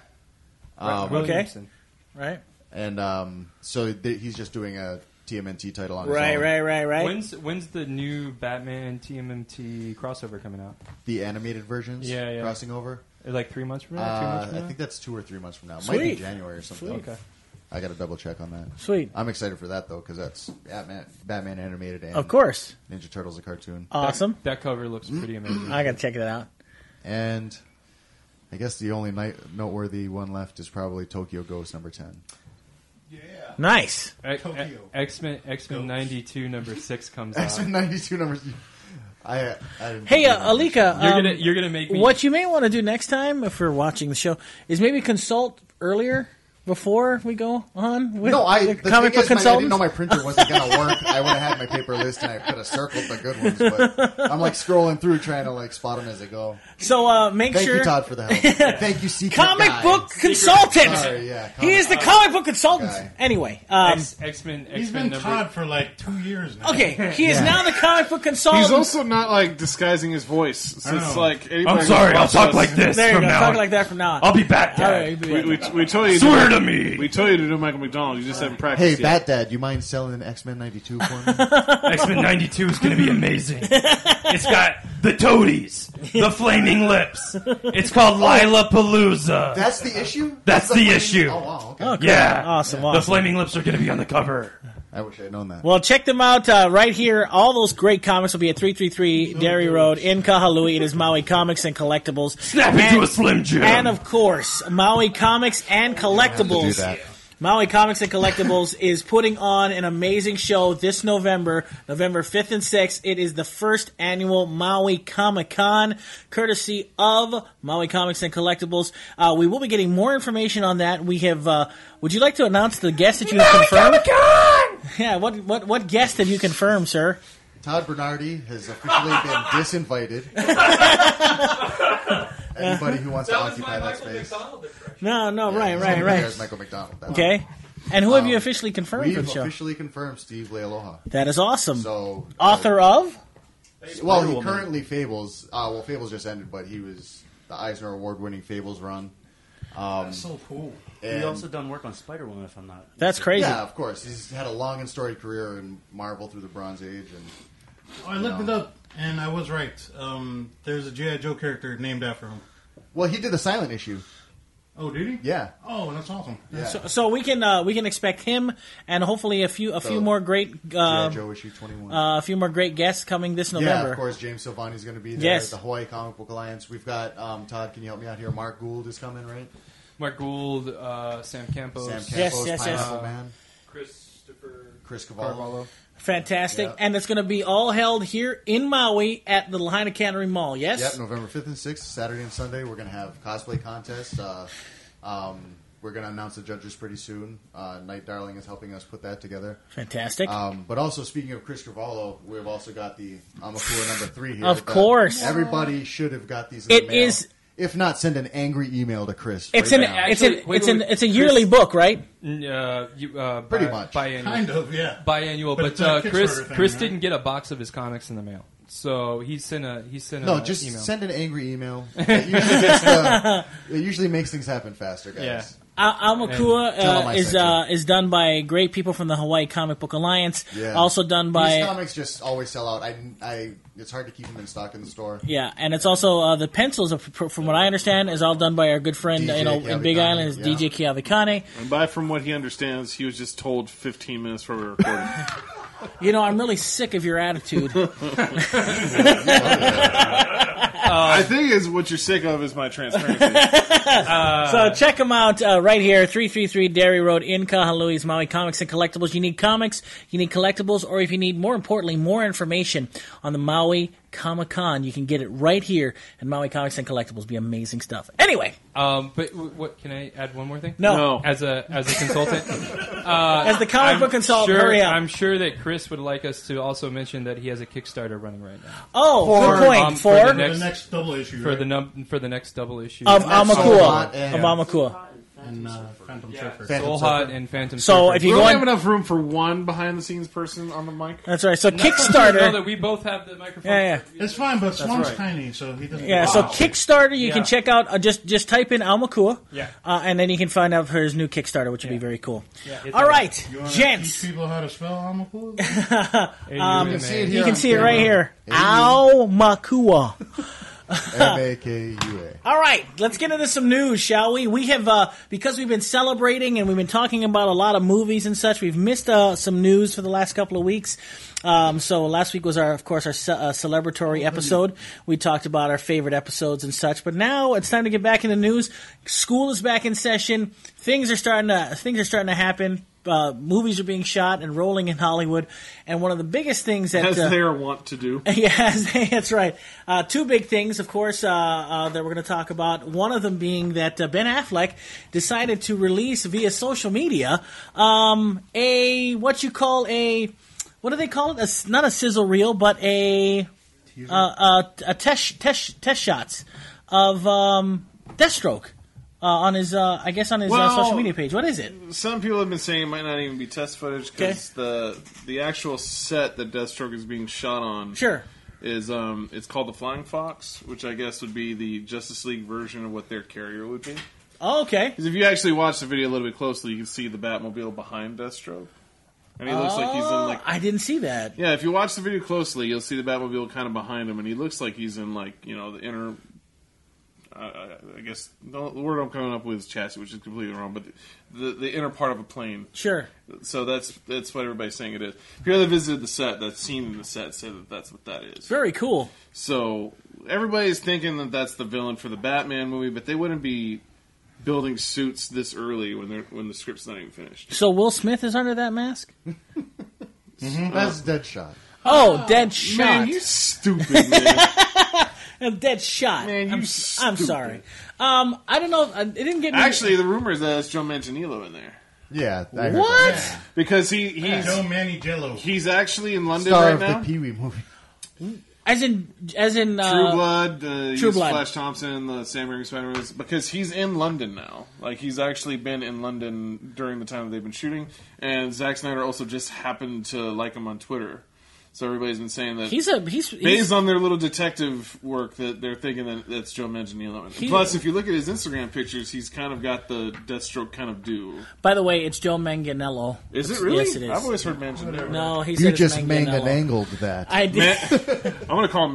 [SPEAKER 5] Right,
[SPEAKER 3] Um,
[SPEAKER 1] Okay.
[SPEAKER 5] Williamson.
[SPEAKER 1] Right?
[SPEAKER 3] And um, so th- he's just doing a TMNT title on his
[SPEAKER 1] Right,
[SPEAKER 3] own.
[SPEAKER 1] right, right, right.
[SPEAKER 5] When's when's the new Batman TMMT crossover coming out?
[SPEAKER 3] The animated versions.
[SPEAKER 5] Yeah, yeah.
[SPEAKER 3] Crossing over.
[SPEAKER 5] Like three months from now. two
[SPEAKER 3] Uh,
[SPEAKER 5] months from
[SPEAKER 3] I
[SPEAKER 5] now?
[SPEAKER 3] think that's two or three months from now. It Might be
[SPEAKER 1] Sweet.
[SPEAKER 3] January or something.
[SPEAKER 5] Okay.
[SPEAKER 3] I got to double check on that.
[SPEAKER 1] Sweet.
[SPEAKER 3] I'm excited for that though because that's Batman, Batman animated and
[SPEAKER 1] Of course.
[SPEAKER 3] Ninja Turtles a cartoon.
[SPEAKER 1] Awesome.
[SPEAKER 5] That cover looks
[SPEAKER 3] Mm-hmm.
[SPEAKER 5] pretty amazing.
[SPEAKER 1] I got to check that out.
[SPEAKER 3] and I guess the only night noteworthy one left is probably Tokyo Ghost number ten.
[SPEAKER 4] Yeah.
[SPEAKER 1] Nice.
[SPEAKER 4] Tokyo.
[SPEAKER 5] X Men X Men
[SPEAKER 4] Ghost.
[SPEAKER 5] ninety two number six comes out.
[SPEAKER 3] X Men ninety two number. I, I didn't
[SPEAKER 1] Hey, uh, Alika.
[SPEAKER 5] You're
[SPEAKER 1] um,
[SPEAKER 5] gonna you're gonna make me
[SPEAKER 1] What you may want to do next time, if we're watching the show, is maybe consult earlier before we go on with
[SPEAKER 3] no, I
[SPEAKER 1] the
[SPEAKER 3] the
[SPEAKER 1] comic
[SPEAKER 3] thing
[SPEAKER 1] book
[SPEAKER 3] is, my- I didn't
[SPEAKER 1] consultants?
[SPEAKER 3] know my printer wasn't gonna work. I would have had my paper list, and I could have circled the good ones. But I'm like scrolling through, trying to like spot them as I go.
[SPEAKER 1] so uh, make
[SPEAKER 3] Thank
[SPEAKER 1] sure
[SPEAKER 3] you, Todd, for the help. Thank you, secret
[SPEAKER 1] comic
[SPEAKER 3] guy.
[SPEAKER 1] book consultant.
[SPEAKER 3] Sorry, yeah, Uh,
[SPEAKER 1] he is the comic book consultant.
[SPEAKER 3] guy.
[SPEAKER 1] Anyway, um,
[SPEAKER 5] X Men.
[SPEAKER 4] He's
[SPEAKER 5] X
[SPEAKER 4] been
[SPEAKER 5] Men number.
[SPEAKER 4] Todd for like two years now.
[SPEAKER 1] okay, he is
[SPEAKER 3] Yeah.
[SPEAKER 1] now the comic book consultant.
[SPEAKER 2] He's also not like disguising his voice. So it's
[SPEAKER 4] know.
[SPEAKER 2] like anybody
[SPEAKER 6] I'm
[SPEAKER 2] who
[SPEAKER 6] sorry, I'll
[SPEAKER 2] watches
[SPEAKER 6] talk
[SPEAKER 2] us-
[SPEAKER 6] like this
[SPEAKER 1] there you
[SPEAKER 6] from
[SPEAKER 1] go.
[SPEAKER 6] now
[SPEAKER 1] Talk
[SPEAKER 6] on.
[SPEAKER 1] like that from now on.
[SPEAKER 6] I'll be back,
[SPEAKER 1] All
[SPEAKER 6] Dad.
[SPEAKER 1] right, you'll be
[SPEAKER 2] We,
[SPEAKER 1] right
[SPEAKER 2] we, we told you.
[SPEAKER 6] Swear to
[SPEAKER 2] We
[SPEAKER 6] me.
[SPEAKER 2] told you to do Michael McDonald. You just haven't
[SPEAKER 3] Hey,
[SPEAKER 2] practiced yet.
[SPEAKER 3] Bat Dad, you mind selling X Men '92 for me?
[SPEAKER 6] X Men '92 is going to be amazing. it's got the toadies, the flaming lips. It's called Lila Palooza.
[SPEAKER 3] That's the issue.
[SPEAKER 6] That's the
[SPEAKER 3] fucking-
[SPEAKER 6] issue.
[SPEAKER 3] Oh wow. Okay.
[SPEAKER 1] Oh, cool.
[SPEAKER 6] yeah,
[SPEAKER 1] Awesome,
[SPEAKER 6] The
[SPEAKER 1] awesome.
[SPEAKER 6] flaming lips are going to be on the cover.
[SPEAKER 3] I wish I'd known that.
[SPEAKER 1] Well, check them out uh, right here. All those great comics will be at 333 Dairy Road in Kahalui. It is Maui Comics and Collectibles.
[SPEAKER 6] Snap
[SPEAKER 1] and,
[SPEAKER 6] into a slim jim.
[SPEAKER 1] And of course, Maui Comics and Collectibles.
[SPEAKER 3] do that.
[SPEAKER 1] Maui Comics and Collectibles is putting on an amazing show this November, November 5th and 6th. It is the first annual Maui Comic Con, courtesy of Maui Comics and Collectibles. Uh, we will be getting more information on that. We have, uh, would you like to announce the guest that you have confirmed? Yeah, what, what, what guest have you confirmed, sir?
[SPEAKER 3] Todd Bernardi has officially been disinvited. Anybody who wants to occupy that space.
[SPEAKER 1] No, no,
[SPEAKER 3] Yeah,
[SPEAKER 1] right,
[SPEAKER 3] he's
[SPEAKER 1] right,
[SPEAKER 3] gonna be there
[SPEAKER 1] right. Um,
[SPEAKER 3] as Michael McDonald. That one.
[SPEAKER 1] Okay. And who have you officially confirmed
[SPEAKER 3] We've
[SPEAKER 1] for the show?
[SPEAKER 3] officially confirmed Steve Lealoha.
[SPEAKER 1] That is awesome.
[SPEAKER 3] So uh,
[SPEAKER 1] Author of?
[SPEAKER 3] well, he currently Fables. Uh, well, Fables just ended, but he was the Eisner Award-winning Fables run.
[SPEAKER 4] That's so cool.
[SPEAKER 7] He
[SPEAKER 3] And-
[SPEAKER 7] also done work on Spider Woman, if I'm not.
[SPEAKER 1] That's crazy.
[SPEAKER 3] Yeah, of course. He's had a long and storied career in Marvel through the Bronze Age, and
[SPEAKER 4] Oh, I looked
[SPEAKER 3] Yeah.
[SPEAKER 4] it up, and I was right. Um, there's a G.I. Joe character named after him.
[SPEAKER 3] well, he did the Silent Issue.
[SPEAKER 4] Oh, did he?
[SPEAKER 3] Yeah,
[SPEAKER 4] Oh, that's awesome.
[SPEAKER 3] yeah.
[SPEAKER 1] So, so we can uh, we can expect him and hopefully a few a few
[SPEAKER 3] So-
[SPEAKER 1] more great
[SPEAKER 3] yeah,
[SPEAKER 1] uh,
[SPEAKER 3] Joe issue twenty-one.
[SPEAKER 1] uh, a few more great guests coming this
[SPEAKER 3] yeah,
[SPEAKER 1] November.
[SPEAKER 3] of course. James Silvani's going to be there.
[SPEAKER 1] Yes.
[SPEAKER 3] The Hawaii Comic Book Alliance. We've got um, Todd. Can you help me out here? Mark Gould is coming, right?
[SPEAKER 5] Mark Gould, uh, Sam Campos,
[SPEAKER 3] Sam Campos,
[SPEAKER 1] Yes, yes, yes.
[SPEAKER 3] Pineapple Man,
[SPEAKER 5] Christopher
[SPEAKER 3] Chris Cavallo.
[SPEAKER 5] Carvalho.
[SPEAKER 1] Fantastic,
[SPEAKER 3] Yeah.
[SPEAKER 1] and it's going to be all held here in Maui at the Lahaina Cannery Mall. Yes.
[SPEAKER 3] Yep, November 5th and 6th, Saturday and Sunday, we're going to have cosplay contests. Uh, um, we're going to announce the judges pretty soon. Uh, Night Darling is helping us put that together.
[SPEAKER 1] Fantastic.
[SPEAKER 3] Um, but also, speaking of Chris Carvalho, we've also got the Amakua number three here.
[SPEAKER 1] Of
[SPEAKER 3] The-
[SPEAKER 1] course.
[SPEAKER 3] Everybody should have got these in
[SPEAKER 1] It
[SPEAKER 3] the mail.
[SPEAKER 1] is-
[SPEAKER 3] If not, send an angry email to Chris.
[SPEAKER 1] it's
[SPEAKER 3] right
[SPEAKER 1] an
[SPEAKER 3] now.
[SPEAKER 1] it's an
[SPEAKER 5] Actually, wait,
[SPEAKER 1] it's
[SPEAKER 5] wait,
[SPEAKER 1] an
[SPEAKER 5] wait.
[SPEAKER 1] it's a yearly book, right?
[SPEAKER 5] Uh, you, uh,
[SPEAKER 3] Pretty
[SPEAKER 5] bi-
[SPEAKER 3] much.
[SPEAKER 5] biannual.
[SPEAKER 4] Kind of, yeah.
[SPEAKER 5] biannual,
[SPEAKER 4] But
[SPEAKER 5] but,
[SPEAKER 4] it's a
[SPEAKER 5] uh,
[SPEAKER 4] Kickstarter
[SPEAKER 5] Chris
[SPEAKER 4] thing,
[SPEAKER 5] Chris
[SPEAKER 4] right?
[SPEAKER 5] didn't get a box of his comics in the mail, so he sent a he sent
[SPEAKER 3] No,
[SPEAKER 5] a
[SPEAKER 3] just
[SPEAKER 5] email.
[SPEAKER 3] send an angry email. It usually, gets the- it usually makes things happen faster, guys.
[SPEAKER 5] Yeah.
[SPEAKER 1] Al- Almakua
[SPEAKER 3] Tell
[SPEAKER 1] uh,
[SPEAKER 3] them I
[SPEAKER 1] is
[SPEAKER 3] sent you.
[SPEAKER 1] uh, is done by great people from the Hawaii Comic Book Alliance.
[SPEAKER 3] Yeah.
[SPEAKER 1] Also done
[SPEAKER 3] These
[SPEAKER 1] by
[SPEAKER 3] comics just always sell out. I, I, it's hard to keep them in stock in the store.
[SPEAKER 1] yeah, and it's also uh, the pencils, f- from what I understand, is all done by our good friend
[SPEAKER 3] DJ
[SPEAKER 1] you know in Big
[SPEAKER 3] Kiavikane,
[SPEAKER 1] Island is
[SPEAKER 3] yeah.
[SPEAKER 1] DJ Kiavikane.
[SPEAKER 2] And by from what he understands, he was just told 15 minutes before we recorded.
[SPEAKER 1] You know, I'm really sick of your attitude.
[SPEAKER 5] Uh.
[SPEAKER 2] I think is what you're sick of is my transparency.
[SPEAKER 1] So check them out uh, right here, 333 Dairy Road in Kahalui's Maui Comics and Collectibles. You need comics, you need collectibles, or if you need, more importantly, more information on the Maui Comic Con, you can get it right here at Maui Comics and Collectibles. Be amazing stuff. Anyway,
[SPEAKER 5] Um, but w- what can I add? One more thing?
[SPEAKER 1] no.
[SPEAKER 2] no,
[SPEAKER 5] As a as a consultant,
[SPEAKER 1] As the comic book consultant,
[SPEAKER 5] sure,
[SPEAKER 1] hurry up.
[SPEAKER 5] I'm sure that Chris would like us to also mention that he has a Kickstarter running right now
[SPEAKER 1] oh, good point.
[SPEAKER 5] um,
[SPEAKER 1] for
[SPEAKER 5] for the
[SPEAKER 4] For
[SPEAKER 5] Next-
[SPEAKER 4] the next double issue,
[SPEAKER 5] for
[SPEAKER 4] right?
[SPEAKER 5] the num- for the next double issue.
[SPEAKER 1] of
[SPEAKER 3] Solhot
[SPEAKER 1] Amakua.
[SPEAKER 3] and-
[SPEAKER 1] Of Amakua.
[SPEAKER 4] and uh, Phantom Surfer.
[SPEAKER 3] Phantom
[SPEAKER 5] Soul Hot and Phantom.
[SPEAKER 1] So
[SPEAKER 5] Surfer.
[SPEAKER 1] if
[SPEAKER 2] we
[SPEAKER 1] you go
[SPEAKER 2] don't have
[SPEAKER 1] on.
[SPEAKER 2] enough room for one behind the scenes person on the mic.
[SPEAKER 1] That's right. So
[SPEAKER 5] Know
[SPEAKER 1] Kickstarter.
[SPEAKER 5] that we both have the microphone.
[SPEAKER 1] Yeah,
[SPEAKER 4] It's fine, but Swan's
[SPEAKER 5] right.
[SPEAKER 4] tiny, so he doesn't.
[SPEAKER 1] Yeah, so Kickstarter, you
[SPEAKER 5] Yeah.
[SPEAKER 1] can check out. Uh, just just type in Almakua,
[SPEAKER 5] Yeah.
[SPEAKER 1] uh, and then you can find out her new Kickstarter, which would be very cool.
[SPEAKER 5] it's
[SPEAKER 1] All
[SPEAKER 5] a-
[SPEAKER 1] right,
[SPEAKER 4] You wanna
[SPEAKER 1] gents,
[SPEAKER 4] Teach people how to spell Amakua?
[SPEAKER 5] Um,
[SPEAKER 3] You can see it here.
[SPEAKER 1] you can
[SPEAKER 3] on
[SPEAKER 1] see it right
[SPEAKER 3] camera.
[SPEAKER 1] here. Almakua.
[SPEAKER 3] M A K U A.
[SPEAKER 1] All right, let's get into some news, shall we? We have uh, because we've been celebrating and we've been talking about a lot of movies and such. We've missed uh, some news for the last couple of weeks. Um, so last week was our, of course, our ce- uh, celebratory episode. We talked about our favorite episodes and such. But now it's time to get back into news. School is back in session. Things are starting to things are starting to happen. uh, movies are being shot and rolling in Hollywood, and one of the biggest things that
[SPEAKER 2] As
[SPEAKER 1] uh,
[SPEAKER 2] they are wont to do.
[SPEAKER 1] Yes, that's right. Uh, two big things, of course, uh, uh, that we're going to talk about. One of them being that uh, Ben Affleck decided to release via social media um, a what you call a what do they call it? A s not a sizzle reel, but a uh, uh, a test test test shots of um, Deathstroke uh, on his uh, I guess on his uh,
[SPEAKER 2] Well-
[SPEAKER 1] social media page. What is it?
[SPEAKER 2] Some people have been saying it might not even be test footage because the the actual set that Deathstroke is being shot on
[SPEAKER 1] Sure.
[SPEAKER 2] is um it's called the Flying Fox, which I guess would be the Justice League version of what their carrier would be.
[SPEAKER 1] Oh, okay.
[SPEAKER 2] Because if you actually watch the video a little bit closely, you can see the Batmobile behind Deathstroke, and he looks like he's in like
[SPEAKER 1] Oh, I didn't see that.
[SPEAKER 2] yeah. If you watch the video closely, you'll see the Batmobile kind of behind him, and he looks like he's in like you know the inner. I- I, I guess the the word I'm coming up with is chassis, which is completely wrong, but the the inner part of a plane.
[SPEAKER 1] Sure.
[SPEAKER 2] So that's that's what everybody's saying it is. People that visited the set, that scene in the set, say that that's what that is.
[SPEAKER 1] Very cool.
[SPEAKER 2] So everybody's thinking that that's the villain for the Batman movie, but they wouldn't be building suits this early when they're when the script's not even finished.
[SPEAKER 1] So Will Smith is under that mask.
[SPEAKER 3] That's Deadshot.
[SPEAKER 1] Oh, dead shot.
[SPEAKER 2] Man, you stupid man!
[SPEAKER 1] A dead shot.
[SPEAKER 2] Man, you
[SPEAKER 1] I'm, I'm
[SPEAKER 2] stupid.
[SPEAKER 1] sorry. Um, I don't know. I- It didn't get me.
[SPEAKER 2] Actually, the rumor is that it's Joe Manganiello in there
[SPEAKER 3] Yeah. I heard
[SPEAKER 1] what?
[SPEAKER 2] because he he's
[SPEAKER 4] Joe Manny Jello.
[SPEAKER 2] he's actually in
[SPEAKER 3] that.
[SPEAKER 2] London
[SPEAKER 3] Star
[SPEAKER 2] right
[SPEAKER 3] of
[SPEAKER 2] now.
[SPEAKER 3] the Pee Wee movie.
[SPEAKER 1] As in, as in,
[SPEAKER 2] True
[SPEAKER 1] uh,
[SPEAKER 2] Blood, uh,
[SPEAKER 1] True
[SPEAKER 2] True
[SPEAKER 1] Blood.
[SPEAKER 2] Flash Thompson, the Sam Raimi Spider-Man, because he's in London now. Like he's actually been in London during the time that they've been shooting, and Zack Snyder also just happened to like him on Twitter. So everybody's been saying that
[SPEAKER 1] he's a he's, he's
[SPEAKER 2] based on their little detective work that they're thinking that that's Joe Manganiello. And
[SPEAKER 1] He-
[SPEAKER 2] Plus, if you look at his Instagram pictures, he's kind of got the Deathstroke kind of do.
[SPEAKER 1] by the way, it's Joe Manganello.
[SPEAKER 2] Is
[SPEAKER 1] It's-
[SPEAKER 2] it really?
[SPEAKER 1] Yes, it is.
[SPEAKER 2] I've always heard Manganiello.
[SPEAKER 1] no, he said
[SPEAKER 3] You
[SPEAKER 1] it's
[SPEAKER 3] just
[SPEAKER 1] Manganiello.
[SPEAKER 3] manganangled that.
[SPEAKER 1] I did.
[SPEAKER 2] Man- I'm gonna call him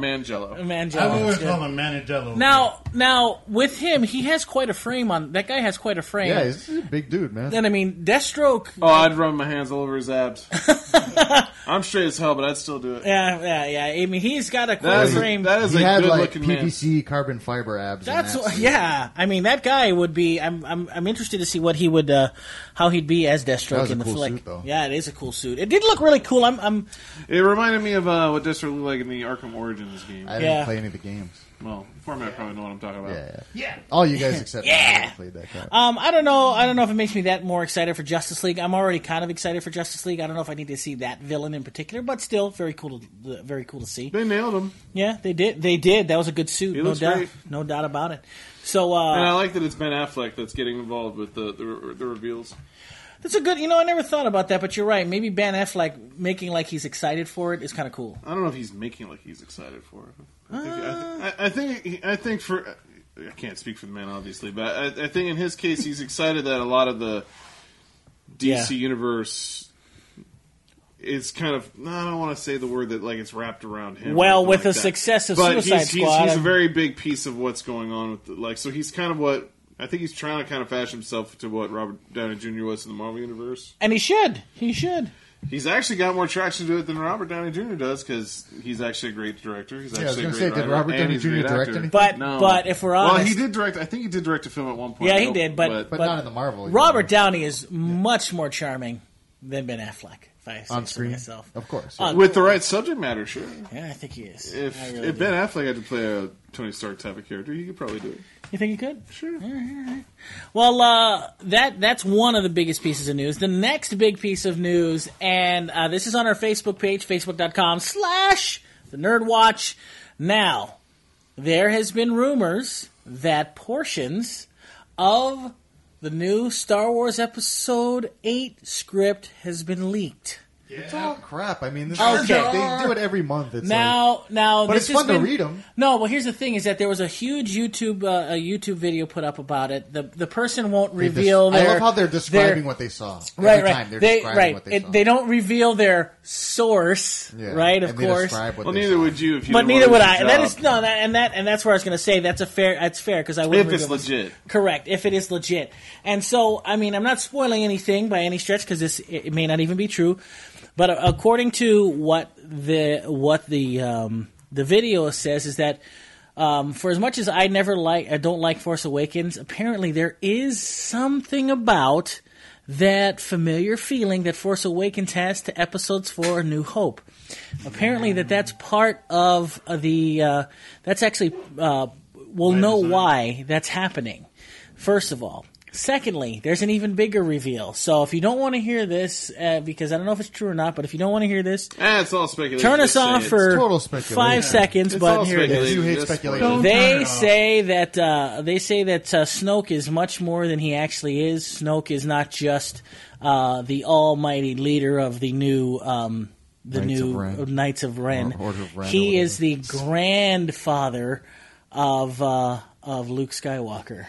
[SPEAKER 2] Mangello.
[SPEAKER 1] Mangello.
[SPEAKER 4] I've always
[SPEAKER 1] It's good.
[SPEAKER 4] called him Manny Jello.
[SPEAKER 1] Now, now with him, he has quite a frame on. That guy has quite a frame.
[SPEAKER 3] Yeah, he's a big dude, man.
[SPEAKER 1] Then I mean, Deathstroke.
[SPEAKER 2] Oh, I'd run my hands all over his abs. I'm straight as hell, but I'd still do it.
[SPEAKER 1] Yeah, yeah, yeah. I mean, he's got a cool
[SPEAKER 2] That is,
[SPEAKER 1] frame.
[SPEAKER 2] that is
[SPEAKER 3] he
[SPEAKER 2] a
[SPEAKER 3] had
[SPEAKER 2] good
[SPEAKER 3] like
[SPEAKER 2] looking man.
[SPEAKER 3] PVC carbon fiber abs. and
[SPEAKER 1] That's
[SPEAKER 3] that
[SPEAKER 1] what,
[SPEAKER 3] suit.
[SPEAKER 1] yeah. I mean, that guy would be. I'm I'm I'm interested to see what he would, uh, how he'd be as
[SPEAKER 3] That
[SPEAKER 1] Deathstroke
[SPEAKER 3] was a
[SPEAKER 1] in the
[SPEAKER 3] cool
[SPEAKER 1] flick.
[SPEAKER 3] suit, though.
[SPEAKER 1] yeah, it is a cool suit. It did look really cool. I'm I'm
[SPEAKER 2] It reminded me of uh, what Destro looked like in the Arkham Origins game.
[SPEAKER 3] I didn't
[SPEAKER 1] Yeah. Oh.
[SPEAKER 3] play any of the games.
[SPEAKER 2] well, format probably know what I'm talking about.
[SPEAKER 3] Yeah.
[SPEAKER 4] Yeah.
[SPEAKER 3] All you guys except me
[SPEAKER 1] Yeah.
[SPEAKER 3] never played that crap.
[SPEAKER 1] um I don't know I don't know if it makes me that more excited for Justice League. I'm already kind of excited for Justice League. I don't know if I need to see that villain in particular, but still very cool to very cool to see.
[SPEAKER 2] They nailed him,
[SPEAKER 1] Yeah, they did. They did. That was a good suit.
[SPEAKER 2] He
[SPEAKER 1] no
[SPEAKER 2] looks
[SPEAKER 1] doubt.
[SPEAKER 2] great.
[SPEAKER 1] No doubt about it. So uh,
[SPEAKER 2] and I like that it's Ben Affleck that's getting involved with the the, the reveals.
[SPEAKER 1] that's a good. You know, I never thought about that, but you're right. Maybe Ben Affleck making like he's excited for it is kind of cool.
[SPEAKER 2] I don't know if he's making like he's excited for it. I think,
[SPEAKER 1] Uh.
[SPEAKER 2] I, thi- I, I think I think for I can't speak for the man obviously, but I, I think in his case he's excited that a lot of the
[SPEAKER 1] Yeah.
[SPEAKER 2] DC universe is kind of no, I don't want to say the word that like it's wrapped around him. or
[SPEAKER 1] Well,
[SPEAKER 2] anything
[SPEAKER 1] with
[SPEAKER 2] like
[SPEAKER 1] the
[SPEAKER 2] that.
[SPEAKER 1] success of
[SPEAKER 2] but
[SPEAKER 1] Suicide
[SPEAKER 2] he's, he's-
[SPEAKER 1] Squad,
[SPEAKER 2] he's,
[SPEAKER 1] I'm-
[SPEAKER 2] a very big piece of what's going on with the, like so he's kind of what I think he's trying to kind of fashion himself to what Robert Downey Jr. was in the Marvel universe.
[SPEAKER 1] And he should. He should.
[SPEAKER 2] He's actually got more traction to it than Robert Downey Jr. does because he's actually a great director. He's
[SPEAKER 3] I was
[SPEAKER 2] actually
[SPEAKER 3] gonna
[SPEAKER 2] a
[SPEAKER 3] say,
[SPEAKER 2] great
[SPEAKER 3] did
[SPEAKER 2] writer,
[SPEAKER 3] Robert
[SPEAKER 2] and
[SPEAKER 3] Downey
[SPEAKER 2] he's a
[SPEAKER 3] Jr.
[SPEAKER 2] great
[SPEAKER 3] direct
[SPEAKER 2] actor.
[SPEAKER 3] anything?
[SPEAKER 1] But but if we're honest,
[SPEAKER 2] well, he did direct. I think he did direct a film at one point.
[SPEAKER 1] Yeah, he
[SPEAKER 2] though,
[SPEAKER 1] did, but-
[SPEAKER 3] But,
[SPEAKER 1] but
[SPEAKER 3] not in the Marvel.
[SPEAKER 1] Robert Downey is much more charming than Ben Affleck. If I say
[SPEAKER 3] on
[SPEAKER 1] so
[SPEAKER 3] screen,
[SPEAKER 1] myself.
[SPEAKER 3] of course.
[SPEAKER 1] Uh,
[SPEAKER 2] with the right subject matter, sure.
[SPEAKER 1] Yeah, I think he is.
[SPEAKER 2] If,
[SPEAKER 1] I really
[SPEAKER 2] if
[SPEAKER 1] do.
[SPEAKER 2] Ben Affleck had to play a Tony Stark type of character, he could probably do it.
[SPEAKER 1] you think he could?
[SPEAKER 2] Sure.
[SPEAKER 1] Well, uh, that that's one of the biggest pieces of news. The next big piece of news, and uh, this is on our Facebook page, facebook.com slash the Nerd Watch. Now, there has been rumors that portions of the new Star Wars Episode 8 script has been leaked.
[SPEAKER 3] It's all crap. I mean, this
[SPEAKER 1] Okay.
[SPEAKER 3] is, they do it every month. It's like,
[SPEAKER 1] Now, now,
[SPEAKER 3] but
[SPEAKER 1] this
[SPEAKER 3] it's
[SPEAKER 1] has
[SPEAKER 3] fun to
[SPEAKER 1] been-
[SPEAKER 3] read them.
[SPEAKER 1] No, well, here's the thing: is that there was a huge YouTube uh, a YouTube video put up about it. The the person won't reveal.
[SPEAKER 3] I
[SPEAKER 1] their,
[SPEAKER 3] love how they're describing
[SPEAKER 1] their,
[SPEAKER 3] what they saw. Every
[SPEAKER 1] Right, right.
[SPEAKER 3] Time they're
[SPEAKER 1] they
[SPEAKER 3] describing
[SPEAKER 1] right.
[SPEAKER 3] What they,
[SPEAKER 1] It-
[SPEAKER 3] saw.
[SPEAKER 1] they don't reveal their source.
[SPEAKER 3] Yeah.
[SPEAKER 1] Right, of
[SPEAKER 3] And they
[SPEAKER 1] course.
[SPEAKER 3] describe what
[SPEAKER 2] Well,
[SPEAKER 3] they
[SPEAKER 2] neither
[SPEAKER 3] saw.
[SPEAKER 2] would you if you.
[SPEAKER 1] But
[SPEAKER 2] didn't
[SPEAKER 1] neither would
[SPEAKER 2] want to
[SPEAKER 1] I.
[SPEAKER 2] lose your
[SPEAKER 1] That is
[SPEAKER 2] job.
[SPEAKER 1] no, that, and that and that's where I was going to say that's a fair. That's fair because I would
[SPEAKER 2] If it's legit,
[SPEAKER 1] Correct, if it is legit. And so, I mean, I'm not spoiling anything by any stretch because this it it may not even be true. But uh, according to what the what the um, the video says is that um, for as much as I never like I don't like Force Awakens, apparently there is something about that familiar feeling that Force Awakens has to episodes 4 A New Hope. Apparently that that's part of the uh, that's actually uh, we'll know why that's happening. First of all, Secondly, there's an even bigger reveal. So if you don't want to hear this, uh, because I don't know if it's true or not, but if you don't want to hear this,
[SPEAKER 2] Eh, it's all speculation.
[SPEAKER 1] turn us
[SPEAKER 2] Just say
[SPEAKER 1] off
[SPEAKER 2] it.
[SPEAKER 1] for
[SPEAKER 3] total speculation.
[SPEAKER 1] five seconds.
[SPEAKER 2] It's
[SPEAKER 1] but
[SPEAKER 2] all
[SPEAKER 1] here it is.
[SPEAKER 3] If you hate
[SPEAKER 2] Just-
[SPEAKER 3] speculation,
[SPEAKER 1] They
[SPEAKER 4] off.
[SPEAKER 1] say that uh, they say that uh, Snoke is much more than he actually is. Snoke is not just uh, the almighty leader of the new um, the
[SPEAKER 3] Knights of
[SPEAKER 1] new
[SPEAKER 3] Ren.
[SPEAKER 1] uh, Knights of Ren.
[SPEAKER 3] Or Order of Ren, or
[SPEAKER 1] he
[SPEAKER 3] whatever.
[SPEAKER 1] is the grandfather of uh, of Luke Skywalker.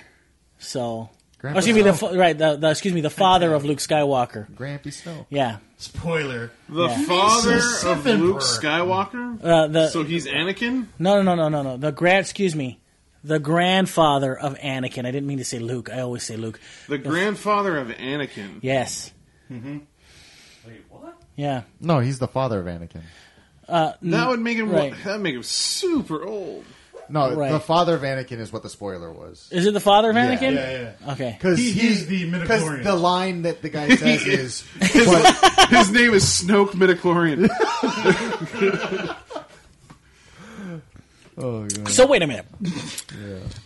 [SPEAKER 1] So, oh,
[SPEAKER 3] Grandpa
[SPEAKER 1] excuse me, the
[SPEAKER 3] Snoke.
[SPEAKER 1] fa- right the, the excuse me the father of Luke Skywalker.
[SPEAKER 3] Grampy Snow.
[SPEAKER 1] Yeah,
[SPEAKER 4] Spoiler.
[SPEAKER 2] The
[SPEAKER 1] Yeah.
[SPEAKER 2] father
[SPEAKER 4] Jesus,
[SPEAKER 2] of
[SPEAKER 4] Emperor.
[SPEAKER 2] Luke Skywalker?
[SPEAKER 1] uh, the
[SPEAKER 2] so he's Anakin?
[SPEAKER 1] No, no, no, no, no, no. The grand, excuse me, the grandfather of Anakin. I didn't mean to say Luke. I always say Luke.
[SPEAKER 2] The grandfather of Anakin.
[SPEAKER 1] Yes. Mm-hmm. Wait, what?
[SPEAKER 3] No, he's the father of Anakin.
[SPEAKER 2] That would make him
[SPEAKER 1] right.
[SPEAKER 2] that make him super old.
[SPEAKER 3] No,
[SPEAKER 1] Right.
[SPEAKER 3] the father of Anakin is what the spoiler was.
[SPEAKER 1] Yeah. Is it the father of
[SPEAKER 3] Yeah.
[SPEAKER 1] Anakin?
[SPEAKER 4] Yeah, yeah.
[SPEAKER 1] Okay.
[SPEAKER 3] Because
[SPEAKER 4] He is the midichlorian.
[SPEAKER 3] the line that the guy says is, "But
[SPEAKER 2] His name is Snoke Midichlorian.
[SPEAKER 1] So wait a minute.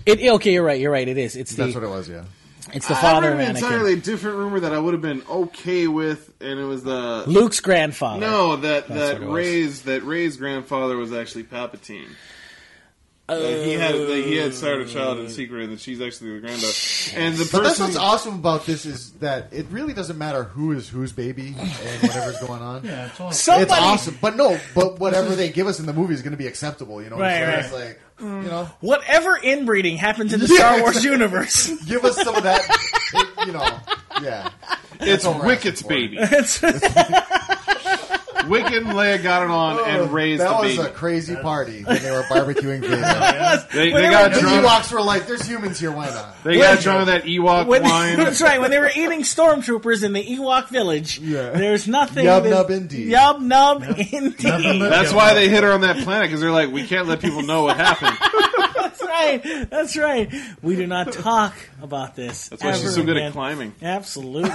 [SPEAKER 1] It okay. You're right. You're right. It is. It's the
[SPEAKER 3] that's what it was." Yeah,
[SPEAKER 1] it's the
[SPEAKER 2] I
[SPEAKER 1] father
[SPEAKER 2] heard
[SPEAKER 1] of
[SPEAKER 2] an
[SPEAKER 1] Anakin.
[SPEAKER 2] entirely different rumor that I would have been okay with, and it was the
[SPEAKER 1] Luke's grandfather.
[SPEAKER 2] no that
[SPEAKER 5] That's
[SPEAKER 2] that
[SPEAKER 5] what it was.
[SPEAKER 2] Ray's that Ray's grandfather was actually Palpatine. That he had that he had started a child in secret, and that she's actually the granddaughter. And the
[SPEAKER 3] but that's
[SPEAKER 2] person
[SPEAKER 3] what's awesome about this is that it really doesn't matter who is whose baby and whatever's going on.
[SPEAKER 4] Yeah, it's all.
[SPEAKER 1] Somebody.
[SPEAKER 3] It's awesome, but no, but whatever they give us in the movie is going to be acceptable. You know,
[SPEAKER 1] Right,
[SPEAKER 3] so
[SPEAKER 1] right. Mm.
[SPEAKER 3] it's like you know,
[SPEAKER 1] Whatever inbreeding happens in the
[SPEAKER 3] Yeah,
[SPEAKER 1] Star Wars universe,
[SPEAKER 3] give us some of that. it- you know, yeah,
[SPEAKER 2] it's
[SPEAKER 3] all right.
[SPEAKER 2] Wicket's baby.
[SPEAKER 1] it's,
[SPEAKER 2] Wicket and Leia got it on and raised
[SPEAKER 3] Oh, that
[SPEAKER 2] the
[SPEAKER 3] was
[SPEAKER 2] baby.
[SPEAKER 3] a crazy party when they were barbecuing Vader.
[SPEAKER 2] They, they
[SPEAKER 1] Wait,
[SPEAKER 2] got
[SPEAKER 1] wait,
[SPEAKER 3] the
[SPEAKER 2] drunk.
[SPEAKER 3] Ewoks were like, "There's humans here, why not?"
[SPEAKER 2] They got drunk with that Ewok
[SPEAKER 1] when
[SPEAKER 2] wine.
[SPEAKER 1] that's right. When they were eating stormtroopers in the Ewok village,
[SPEAKER 3] Yeah.
[SPEAKER 1] there's nothing.
[SPEAKER 3] Yub
[SPEAKER 1] that's-
[SPEAKER 3] nub indeed.
[SPEAKER 1] Yub nub
[SPEAKER 4] Nothing
[SPEAKER 1] indeed.
[SPEAKER 4] but-
[SPEAKER 2] That's why they hit her on that planet because they're like, we can't let people know what happened.
[SPEAKER 1] That's right. That's right. We do not talk about this.
[SPEAKER 2] That's why
[SPEAKER 1] ever
[SPEAKER 2] she's so good
[SPEAKER 1] again.
[SPEAKER 2] at climbing.
[SPEAKER 1] Absolutely.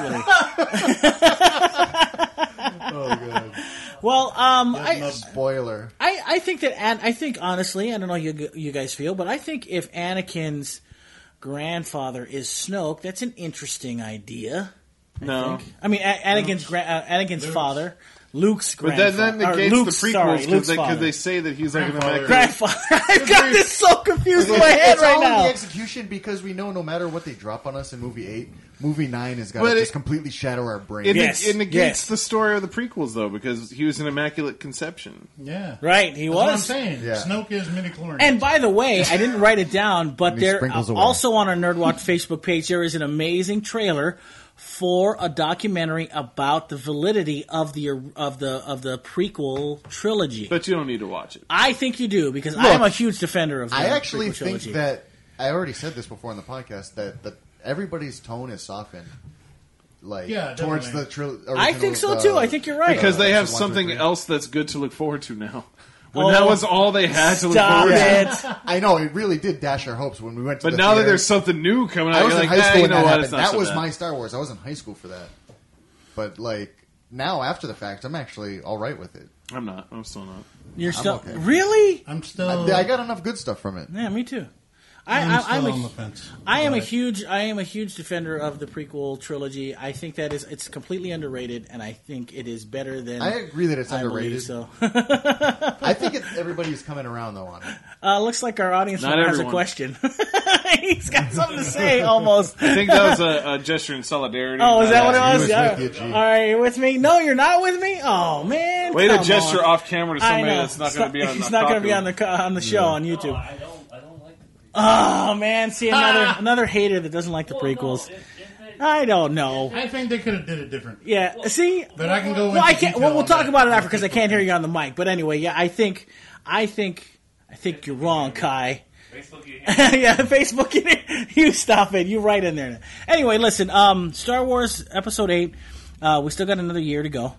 [SPEAKER 3] Oh, good.
[SPEAKER 1] well, um,
[SPEAKER 3] No
[SPEAKER 1] I,
[SPEAKER 3] spoiler.
[SPEAKER 1] I, I think that, An- I think honestly, I don't know how you you guys feel, but I think if Anakin's grandfather is Snoke, that's an interesting idea.
[SPEAKER 2] No.
[SPEAKER 1] I mean, A- Anakin's gra- uh, Anakin's father, Luke's
[SPEAKER 2] But that,
[SPEAKER 1] grandfather,
[SPEAKER 2] that negates
[SPEAKER 1] or Luke's,
[SPEAKER 2] the
[SPEAKER 1] sorry,
[SPEAKER 2] prequels because
[SPEAKER 1] Luke's
[SPEAKER 2] they, 'cause
[SPEAKER 1] father.
[SPEAKER 2] they say that he's like an
[SPEAKER 4] Grandfather.
[SPEAKER 2] immaculate.
[SPEAKER 1] grandfather. I've got this so confused in my
[SPEAKER 3] It's-
[SPEAKER 1] head
[SPEAKER 3] it's
[SPEAKER 1] right
[SPEAKER 3] all in
[SPEAKER 1] now.
[SPEAKER 3] the execution because we know no matter what they drop on us in movie eight, movie nine has got
[SPEAKER 2] But
[SPEAKER 3] to
[SPEAKER 2] it-
[SPEAKER 3] just completely shatter our brain.
[SPEAKER 2] It,
[SPEAKER 1] Yes,
[SPEAKER 2] it negates
[SPEAKER 1] yes.
[SPEAKER 2] the story of the prequels though because he was an immaculate conception.
[SPEAKER 4] Yeah.
[SPEAKER 1] right, he
[SPEAKER 4] That's
[SPEAKER 1] was.
[SPEAKER 4] what I'm saying.
[SPEAKER 3] Yeah.
[SPEAKER 4] Snoke is midichlorian.
[SPEAKER 1] And by the way, I didn't write it down, but
[SPEAKER 3] And he
[SPEAKER 1] there
[SPEAKER 3] sprinkles away.
[SPEAKER 1] also on our NerdWatch Facebook page there is an amazing trailer for a documentary about the validity of the of the of the prequel trilogy.
[SPEAKER 2] But you don't need to watch it.
[SPEAKER 1] I think you do because
[SPEAKER 3] Look,
[SPEAKER 1] I'm a huge defender of. The
[SPEAKER 3] I actually
[SPEAKER 1] prequel
[SPEAKER 3] think
[SPEAKER 1] trilogy.
[SPEAKER 3] that I already said this before in the podcast that the, everybody's tone is softened, like
[SPEAKER 4] Yeah,
[SPEAKER 3] towards
[SPEAKER 4] definitely.
[SPEAKER 3] the uh, trilogy.
[SPEAKER 1] I think so too. I think you're right.
[SPEAKER 2] Because they have
[SPEAKER 3] One, two,
[SPEAKER 2] something
[SPEAKER 3] three.
[SPEAKER 2] else that's good to look forward to now. When
[SPEAKER 1] Oh,
[SPEAKER 2] that was all they had to look
[SPEAKER 1] stop
[SPEAKER 2] forward to.
[SPEAKER 1] it.
[SPEAKER 3] I know it really did dash our hopes when we went to.
[SPEAKER 2] But
[SPEAKER 3] the
[SPEAKER 2] now that
[SPEAKER 3] theater.
[SPEAKER 2] there's something new coming out,
[SPEAKER 3] I was
[SPEAKER 2] you're
[SPEAKER 3] in
[SPEAKER 2] like,
[SPEAKER 3] high
[SPEAKER 2] "Ah,
[SPEAKER 3] school
[SPEAKER 2] you
[SPEAKER 3] when
[SPEAKER 2] know
[SPEAKER 3] that
[SPEAKER 2] what?
[SPEAKER 3] happened.
[SPEAKER 2] It's not
[SPEAKER 3] That
[SPEAKER 2] so
[SPEAKER 3] was
[SPEAKER 2] bad."
[SPEAKER 3] my Star Wars. I was in high school for that. But like now, after the fact, I'm actually all right with it.
[SPEAKER 2] I'm not. I'm still not.
[SPEAKER 1] You're still
[SPEAKER 3] okay.
[SPEAKER 1] really.
[SPEAKER 4] I'm still.
[SPEAKER 1] Uh,
[SPEAKER 3] I, I got enough good stuff from it.
[SPEAKER 1] Yeah, me too. I,
[SPEAKER 4] I'm
[SPEAKER 1] I,
[SPEAKER 4] still
[SPEAKER 1] I'm a-
[SPEAKER 4] on the fence.
[SPEAKER 1] I am a
[SPEAKER 4] But
[SPEAKER 1] huge I am a huge defender of the prequel trilogy. I think that is it's completely underrated, and I think it is better than
[SPEAKER 3] I agree that it's
[SPEAKER 1] I believe
[SPEAKER 3] underrated.
[SPEAKER 1] so.
[SPEAKER 3] I think it, everybody's coming around though on it.
[SPEAKER 1] Uh, looks like our audience
[SPEAKER 2] Not
[SPEAKER 1] member has a
[SPEAKER 2] everyone.
[SPEAKER 1] question. He's got something to say almost.
[SPEAKER 2] I think that was a, a gesture in solidarity.
[SPEAKER 1] Oh, is that what it
[SPEAKER 3] He
[SPEAKER 1] was?
[SPEAKER 3] was
[SPEAKER 1] Yeah.
[SPEAKER 3] with you, G.
[SPEAKER 1] All right, you're with me? No, you're not with me. Oh man!
[SPEAKER 2] Way to
[SPEAKER 1] come
[SPEAKER 2] gesture
[SPEAKER 1] on.
[SPEAKER 2] off camera to
[SPEAKER 1] I
[SPEAKER 2] somebody
[SPEAKER 1] know.
[SPEAKER 2] that's not
[SPEAKER 1] Stop-
[SPEAKER 2] going to be on.
[SPEAKER 1] He's not going
[SPEAKER 2] Otaku.
[SPEAKER 1] to be on the co- on the show on YouTube.
[SPEAKER 7] I don't. I don't like.
[SPEAKER 1] Oh man! See another another hater that doesn't like the prequels. I don't know.
[SPEAKER 4] I think they could have did it different.
[SPEAKER 1] Yeah. See,
[SPEAKER 4] But I can go.
[SPEAKER 1] Well,
[SPEAKER 4] into
[SPEAKER 1] I can't.
[SPEAKER 4] detail
[SPEAKER 1] Well, we'll
[SPEAKER 4] on
[SPEAKER 1] talk
[SPEAKER 4] that.
[SPEAKER 1] about it after because I can't hear you on the mic. But anyway, yeah, I think, I think, I think you're wrong, Kai. yeah, Facebook. You, you stop it. You right in there. now. Anyway, listen. Um, Star Wars Episode Eight. Uh, we still got another year to go.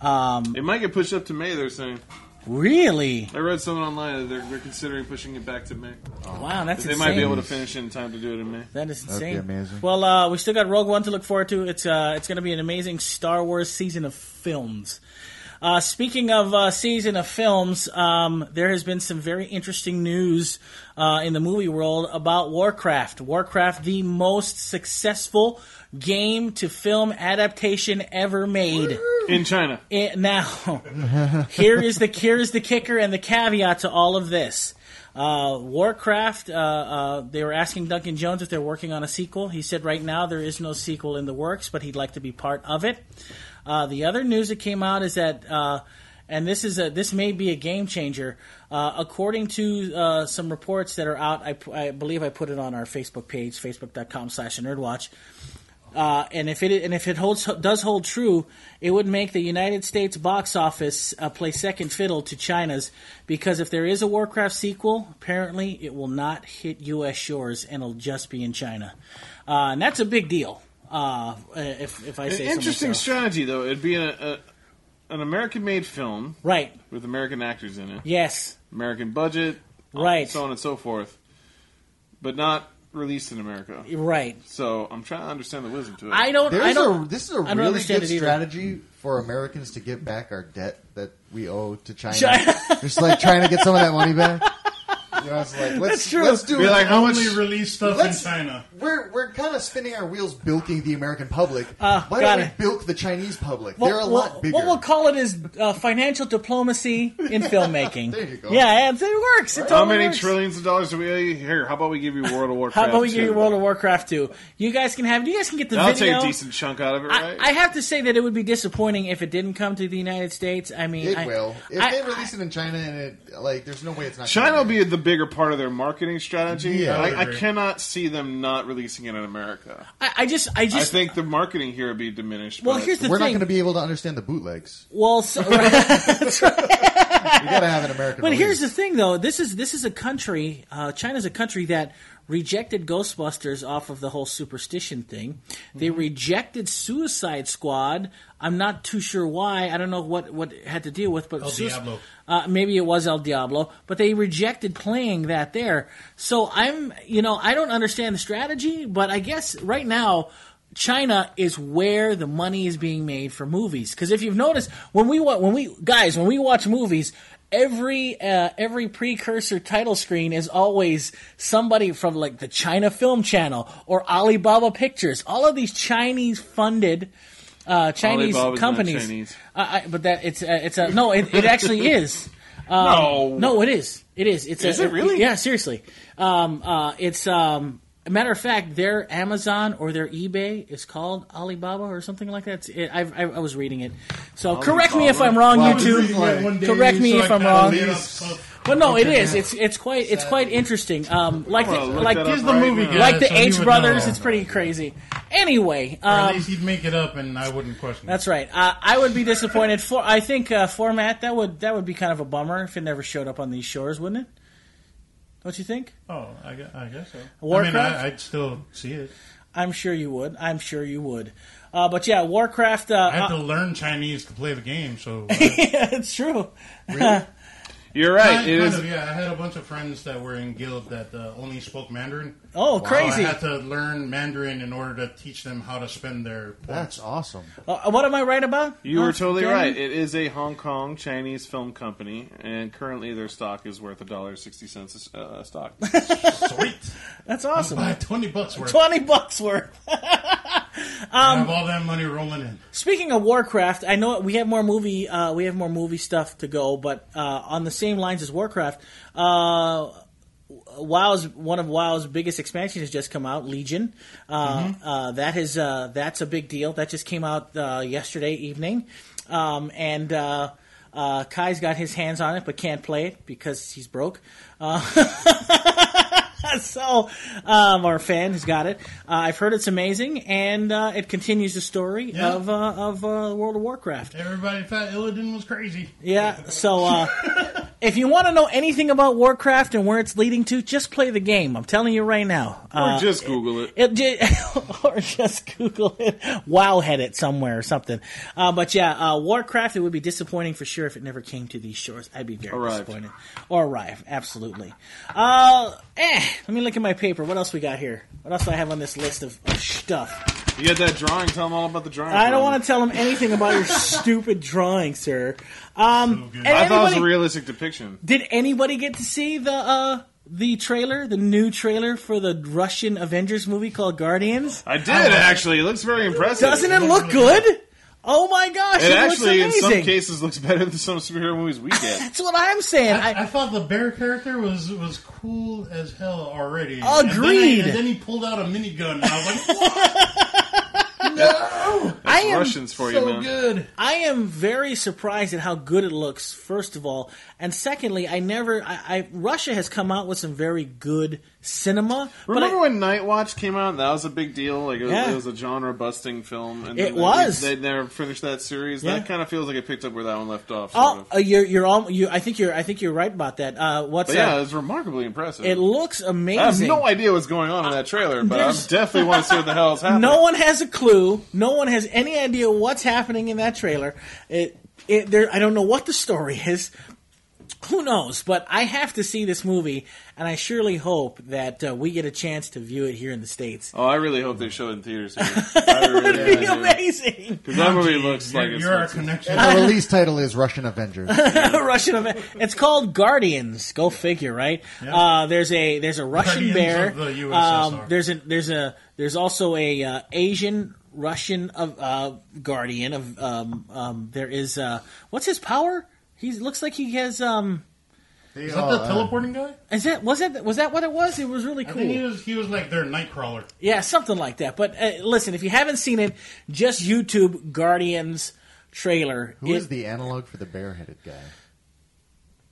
[SPEAKER 1] Um,
[SPEAKER 2] It might get pushed up to May. They're saying
[SPEAKER 1] Really?
[SPEAKER 2] I read something online that they're, they're considering pushing it back to May.
[SPEAKER 1] Wow, that's
[SPEAKER 2] Oh. they
[SPEAKER 1] insane.
[SPEAKER 2] might be able to finish it in time to do it in May.
[SPEAKER 1] That is
[SPEAKER 3] That'd be
[SPEAKER 1] insane.
[SPEAKER 3] amazing.
[SPEAKER 1] Well, uh, we still got Rogue One to look forward to. It's uh, it's going to be an amazing Star Wars season of films. Uh, speaking of uh, season of films, um, there has been some very interesting news uh, in the movie world about Warcraft. Warcraft, the most successful game to film adaptation ever made.
[SPEAKER 2] In China.
[SPEAKER 1] It, now, here is the here is the kicker and the caveat to all of this. Uh, Warcraft. Uh, uh, they were asking Duncan Jones if they're working on a sequel. He said right now there is no sequel in the works, but he'd like to be part of it. Uh, the other news that came out is that, uh, and this is a this may be a game changer. Uh, according to uh, some reports that are out, I, p- I believe I put it on our Facebook page, facebook.com/slash nerdwatch. Uh, and if it and if it holds does hold true, it would make the United States box office uh, play second fiddle to China's because if there is a Warcraft sequel, apparently it will not hit U.S. shores and it'll just be in China, uh, and that's a big deal. Uh, if if I
[SPEAKER 2] An
[SPEAKER 1] say so
[SPEAKER 2] interesting
[SPEAKER 1] myself.
[SPEAKER 2] strategy, though. It'd be a, a, an American made film
[SPEAKER 1] right?
[SPEAKER 2] with American actors in it,
[SPEAKER 1] Yes,
[SPEAKER 2] American budget,
[SPEAKER 1] right,
[SPEAKER 2] Oh, so on and so forth, but not released in America.
[SPEAKER 1] right.
[SPEAKER 2] So I'm trying to understand the wisdom to it.
[SPEAKER 1] I don't. I
[SPEAKER 3] There's
[SPEAKER 1] don't.
[SPEAKER 3] a, this is a
[SPEAKER 1] don't
[SPEAKER 3] really
[SPEAKER 1] understand
[SPEAKER 3] good
[SPEAKER 1] it either.
[SPEAKER 3] strategy for Americans to get back our debt that we owe to China.
[SPEAKER 1] China.
[SPEAKER 3] Just like trying to get some of that money back. You know, it's like, let's,
[SPEAKER 1] true.
[SPEAKER 3] let's do
[SPEAKER 2] Be
[SPEAKER 3] it.
[SPEAKER 2] like, "Oh how much?
[SPEAKER 4] Only release stuff
[SPEAKER 3] Let's-
[SPEAKER 4] in China.
[SPEAKER 3] We're, we're kind of spinning our wheels bilking the American public.
[SPEAKER 1] Uh,
[SPEAKER 3] Why
[SPEAKER 1] got
[SPEAKER 3] don't we
[SPEAKER 1] it.
[SPEAKER 3] bilk the Chinese public?
[SPEAKER 1] What-
[SPEAKER 3] They're a
[SPEAKER 1] what-
[SPEAKER 3] lot bigger.
[SPEAKER 1] What we'll call it is uh, financial diplomacy in filmmaking.
[SPEAKER 3] There you go.
[SPEAKER 1] Yeah, and it works. It
[SPEAKER 2] How
[SPEAKER 1] totally
[SPEAKER 2] many
[SPEAKER 1] works.
[SPEAKER 2] trillions of dollars do we owe you? Here, how about we give you World of Warcraft?
[SPEAKER 1] How about we give you
[SPEAKER 2] too?
[SPEAKER 1] World of Warcraft 2? You guys can have. You guys can get the
[SPEAKER 2] That'll
[SPEAKER 1] video.
[SPEAKER 2] take a decent chunk out of it,
[SPEAKER 1] I,
[SPEAKER 2] right?
[SPEAKER 1] I have to say that it would be disappointing if it didn't come to the United States. I mean,
[SPEAKER 3] It
[SPEAKER 1] I,
[SPEAKER 3] will. If
[SPEAKER 1] I-
[SPEAKER 3] they release it in China and it, like, there's no way it's not
[SPEAKER 2] China will
[SPEAKER 3] gonna
[SPEAKER 2] be the bigger part of their marketing strategy.
[SPEAKER 3] Yeah, I
[SPEAKER 2] I, I
[SPEAKER 4] agree.
[SPEAKER 2] cannot see them not releasing it in America.
[SPEAKER 1] I, I just, I
[SPEAKER 2] I
[SPEAKER 1] just.
[SPEAKER 2] think the marketing here would be diminished.
[SPEAKER 1] well,
[SPEAKER 2] but-
[SPEAKER 1] here's the
[SPEAKER 3] We're not
[SPEAKER 1] thing.
[SPEAKER 3] going to be able to understand the bootlegs.
[SPEAKER 1] well, so,
[SPEAKER 3] We got to have an American.
[SPEAKER 1] But here's
[SPEAKER 3] release.
[SPEAKER 1] the thing, though. This is this is a country. Uh, China's a country that rejected Ghostbusters off of the whole superstition thing. They
[SPEAKER 3] Mm-hmm.
[SPEAKER 1] rejected Suicide Squad. I'm not too sure why. I don't know what what it had to deal with, but
[SPEAKER 4] El
[SPEAKER 1] Sui-
[SPEAKER 4] Diablo.
[SPEAKER 1] Uh, maybe it was El Diablo, but they rejected playing that there. So I'm, you know, I don't understand the strategy, but I guess right now. China is where the money is being made for movies. Because if you've noticed, when we wa- when we guys when we watch movies, every uh, every precursor title screen is always somebody from like the China Film Channel or Alibaba Pictures. All of these Chinese funded. Uh, Chinese
[SPEAKER 2] Alibaba's not
[SPEAKER 1] companies,
[SPEAKER 2] Chinese.
[SPEAKER 1] Uh, I, but that it's uh, it's a no. It, it actually is. Um,
[SPEAKER 2] No.
[SPEAKER 1] no, it is. It is. It's
[SPEAKER 2] Is
[SPEAKER 1] a,
[SPEAKER 2] it really?
[SPEAKER 1] yeah, seriously. Um, uh, it's um, a matter of fact, their Amazon or their eBay is called Alibaba or something like that. It's- It, I've, I, I was reading it, so correct me if I'm wrong,
[SPEAKER 3] Wow.
[SPEAKER 1] YouTube.
[SPEAKER 3] Reading it
[SPEAKER 4] one day
[SPEAKER 1] correct me
[SPEAKER 4] so
[SPEAKER 1] if
[SPEAKER 4] I
[SPEAKER 1] I'm
[SPEAKER 4] kinda
[SPEAKER 1] wrong.
[SPEAKER 4] made up stuff.
[SPEAKER 1] But no, it is. It's it's quite it's quite interesting. Um, like the,
[SPEAKER 2] Well, look
[SPEAKER 1] like
[SPEAKER 2] that
[SPEAKER 1] the,
[SPEAKER 2] up
[SPEAKER 4] the
[SPEAKER 2] right
[SPEAKER 4] movie
[SPEAKER 2] now.
[SPEAKER 4] guy.
[SPEAKER 1] like
[SPEAKER 4] Yeah,
[SPEAKER 1] the
[SPEAKER 4] so he
[SPEAKER 1] H
[SPEAKER 4] would
[SPEAKER 1] brothers.
[SPEAKER 4] know.
[SPEAKER 1] It's pretty crazy. Anyway,
[SPEAKER 4] Or at
[SPEAKER 1] um,
[SPEAKER 4] least he'd make it up, and I wouldn't question. it.
[SPEAKER 1] that's right. Uh, I would be disappointed for. I think uh, format that would that would be kind of a bummer if it never showed up on these shores, wouldn't it? Don't you think?
[SPEAKER 4] Oh, I guess, I guess so.
[SPEAKER 1] Warcraft?
[SPEAKER 4] I mean, I, I'd still see it.
[SPEAKER 1] I'm sure you would. I'm sure you would. Uh, but yeah, Warcraft. Uh,
[SPEAKER 4] I have to learn Chinese to play the game, so. uh,
[SPEAKER 1] yeah, it's true.
[SPEAKER 2] You're right.
[SPEAKER 4] kind
[SPEAKER 2] It is.
[SPEAKER 4] of, yeah, I had a bunch of friends that were in guild that uh, only spoke Mandarin.
[SPEAKER 1] Oh,
[SPEAKER 4] So
[SPEAKER 1] crazy!
[SPEAKER 4] I had to learn Mandarin in order to teach them how to spend their points.
[SPEAKER 3] That's awesome.
[SPEAKER 1] Uh, what am I right about?
[SPEAKER 2] You
[SPEAKER 1] Huh,
[SPEAKER 2] were totally
[SPEAKER 1] Jeremy?
[SPEAKER 2] right. It is a Hong Kong Chinese film company, and currently their stock is worth a dollar sixty cents a uh, stock.
[SPEAKER 4] Sweet.
[SPEAKER 1] That's awesome.
[SPEAKER 4] Buy 20 bucks worth.
[SPEAKER 1] Twenty bucks worth.
[SPEAKER 4] I
[SPEAKER 1] um,
[SPEAKER 4] have all that money rolling in.
[SPEAKER 1] Speaking of Warcraft, I know we have more movie uh, we have more movie stuff to go, but uh, on the same lines as Warcraft, uh, WoW's one of WoW's biggest expansions has just come out, Legion. Uh, uh, that is uh, that's a big deal. That just came out uh, yesterday evening, um, and uh, uh, Kai's got his hands on it, but can't play it because he's broke. Uh, so um, our fan has got it. Uh, I've heard it's amazing, and uh, it continues the story
[SPEAKER 4] Yeah.
[SPEAKER 1] of uh, of uh, World of Warcraft.
[SPEAKER 4] Everybody thought Illidan was crazy.
[SPEAKER 1] Yeah, so uh, If you want to know anything about Warcraft and where it's leading to, just play the game. I'm telling you right now.
[SPEAKER 2] Or
[SPEAKER 1] Uh,
[SPEAKER 2] just Google it.
[SPEAKER 1] it, ju- or just Google it, wowhead it somewhere or something. Uh, but yeah, uh, Warcraft, it would be disappointing for sure if it never came to these shores. I'd be very
[SPEAKER 2] Arrived.
[SPEAKER 1] disappointed. Or arrive, absolutely. Uh, eh, let me look at my paper. What else we got here? What else do I have on this list of, of stuff?
[SPEAKER 2] You got that drawing. Tell them all about the drawing.
[SPEAKER 1] I don't want to tell them anything about your stupid drawing, sir. Um, and
[SPEAKER 2] I thought it was a
[SPEAKER 1] anybody-
[SPEAKER 2] realistic depiction.
[SPEAKER 1] did anybody get to see the uh, the trailer, the new trailer for the Russian Avengers movie called Guardians?
[SPEAKER 2] I did actually. It looks very impressive.
[SPEAKER 1] Doesn't it look good? Oh my gosh, it,
[SPEAKER 2] It actually, in
[SPEAKER 1] looks amazing.
[SPEAKER 2] some cases, looks better than some superhero movies we get.
[SPEAKER 1] That's what I'm saying.
[SPEAKER 4] I
[SPEAKER 1] I,
[SPEAKER 4] thought the bear character was was cool as hell
[SPEAKER 1] Agreed.
[SPEAKER 4] already. And then, I- and then he pulled out a minigun. And I was like, "What?
[SPEAKER 1] I am
[SPEAKER 2] Russians for you,
[SPEAKER 4] so
[SPEAKER 2] man.
[SPEAKER 4] good."
[SPEAKER 1] I am very surprised at how good it looks. First of all, and secondly, I never. I, I Russia has come out with some very good cinema.
[SPEAKER 2] Remember
[SPEAKER 1] but I,
[SPEAKER 2] when Night Watch came out? That was a big deal. Like it was,
[SPEAKER 1] Yeah.
[SPEAKER 2] it was a genre-busting film. And
[SPEAKER 1] It
[SPEAKER 2] then they-
[SPEAKER 1] was.
[SPEAKER 2] They, never finished that series.
[SPEAKER 1] Yeah.
[SPEAKER 2] That kind of feels like it picked up where that one left off. Sort
[SPEAKER 1] Oh,
[SPEAKER 2] of.
[SPEAKER 1] uh, you're you're all you. I think you're I think you're right about that. Uh, what's
[SPEAKER 2] But yeah,
[SPEAKER 1] that?
[SPEAKER 2] it's remarkably impressive.
[SPEAKER 1] It looks amazing.
[SPEAKER 2] I have no idea what's going on in that trailer, but I
[SPEAKER 1] There's-
[SPEAKER 2] definitely want to see what the hell is happening.
[SPEAKER 1] No one has a clue. No one has any idea what's happening in that trailer. It, it, there, I don't know what the story is. Who knows? But I have to see this movie, and I surely hope that uh, we get a chance to view it here in the states.
[SPEAKER 2] Oh, I really hope they show it in theaters. Here. I really
[SPEAKER 1] It'd be
[SPEAKER 2] do.
[SPEAKER 1] amazing.
[SPEAKER 2] Because that movie looks like
[SPEAKER 4] You're,
[SPEAKER 2] it's
[SPEAKER 4] you're our connection.
[SPEAKER 3] And the release title is Russian Avengers.
[SPEAKER 1] A Russian event. It's called Guardians. Go figure, right? Uh, there's a there's a Russian
[SPEAKER 4] Guardians
[SPEAKER 1] bear.
[SPEAKER 4] of the USSR.
[SPEAKER 1] Um, there's a there's a there's also a uh, Asian Russian of uh, guardian of um, um, there is uh, what's his power? He looks like he has um
[SPEAKER 4] Is that
[SPEAKER 1] Oh,
[SPEAKER 4] the teleporting guy?
[SPEAKER 1] is that was that was that what it was? It was really
[SPEAKER 4] I
[SPEAKER 1] cool.
[SPEAKER 4] think he was he was like their nightcrawler.
[SPEAKER 1] Yeah, something like that. But uh, listen, if you haven't seen it, just YouTube Guardians trailer.
[SPEAKER 3] Who
[SPEAKER 1] It-
[SPEAKER 3] is the analog for the bareheaded guy?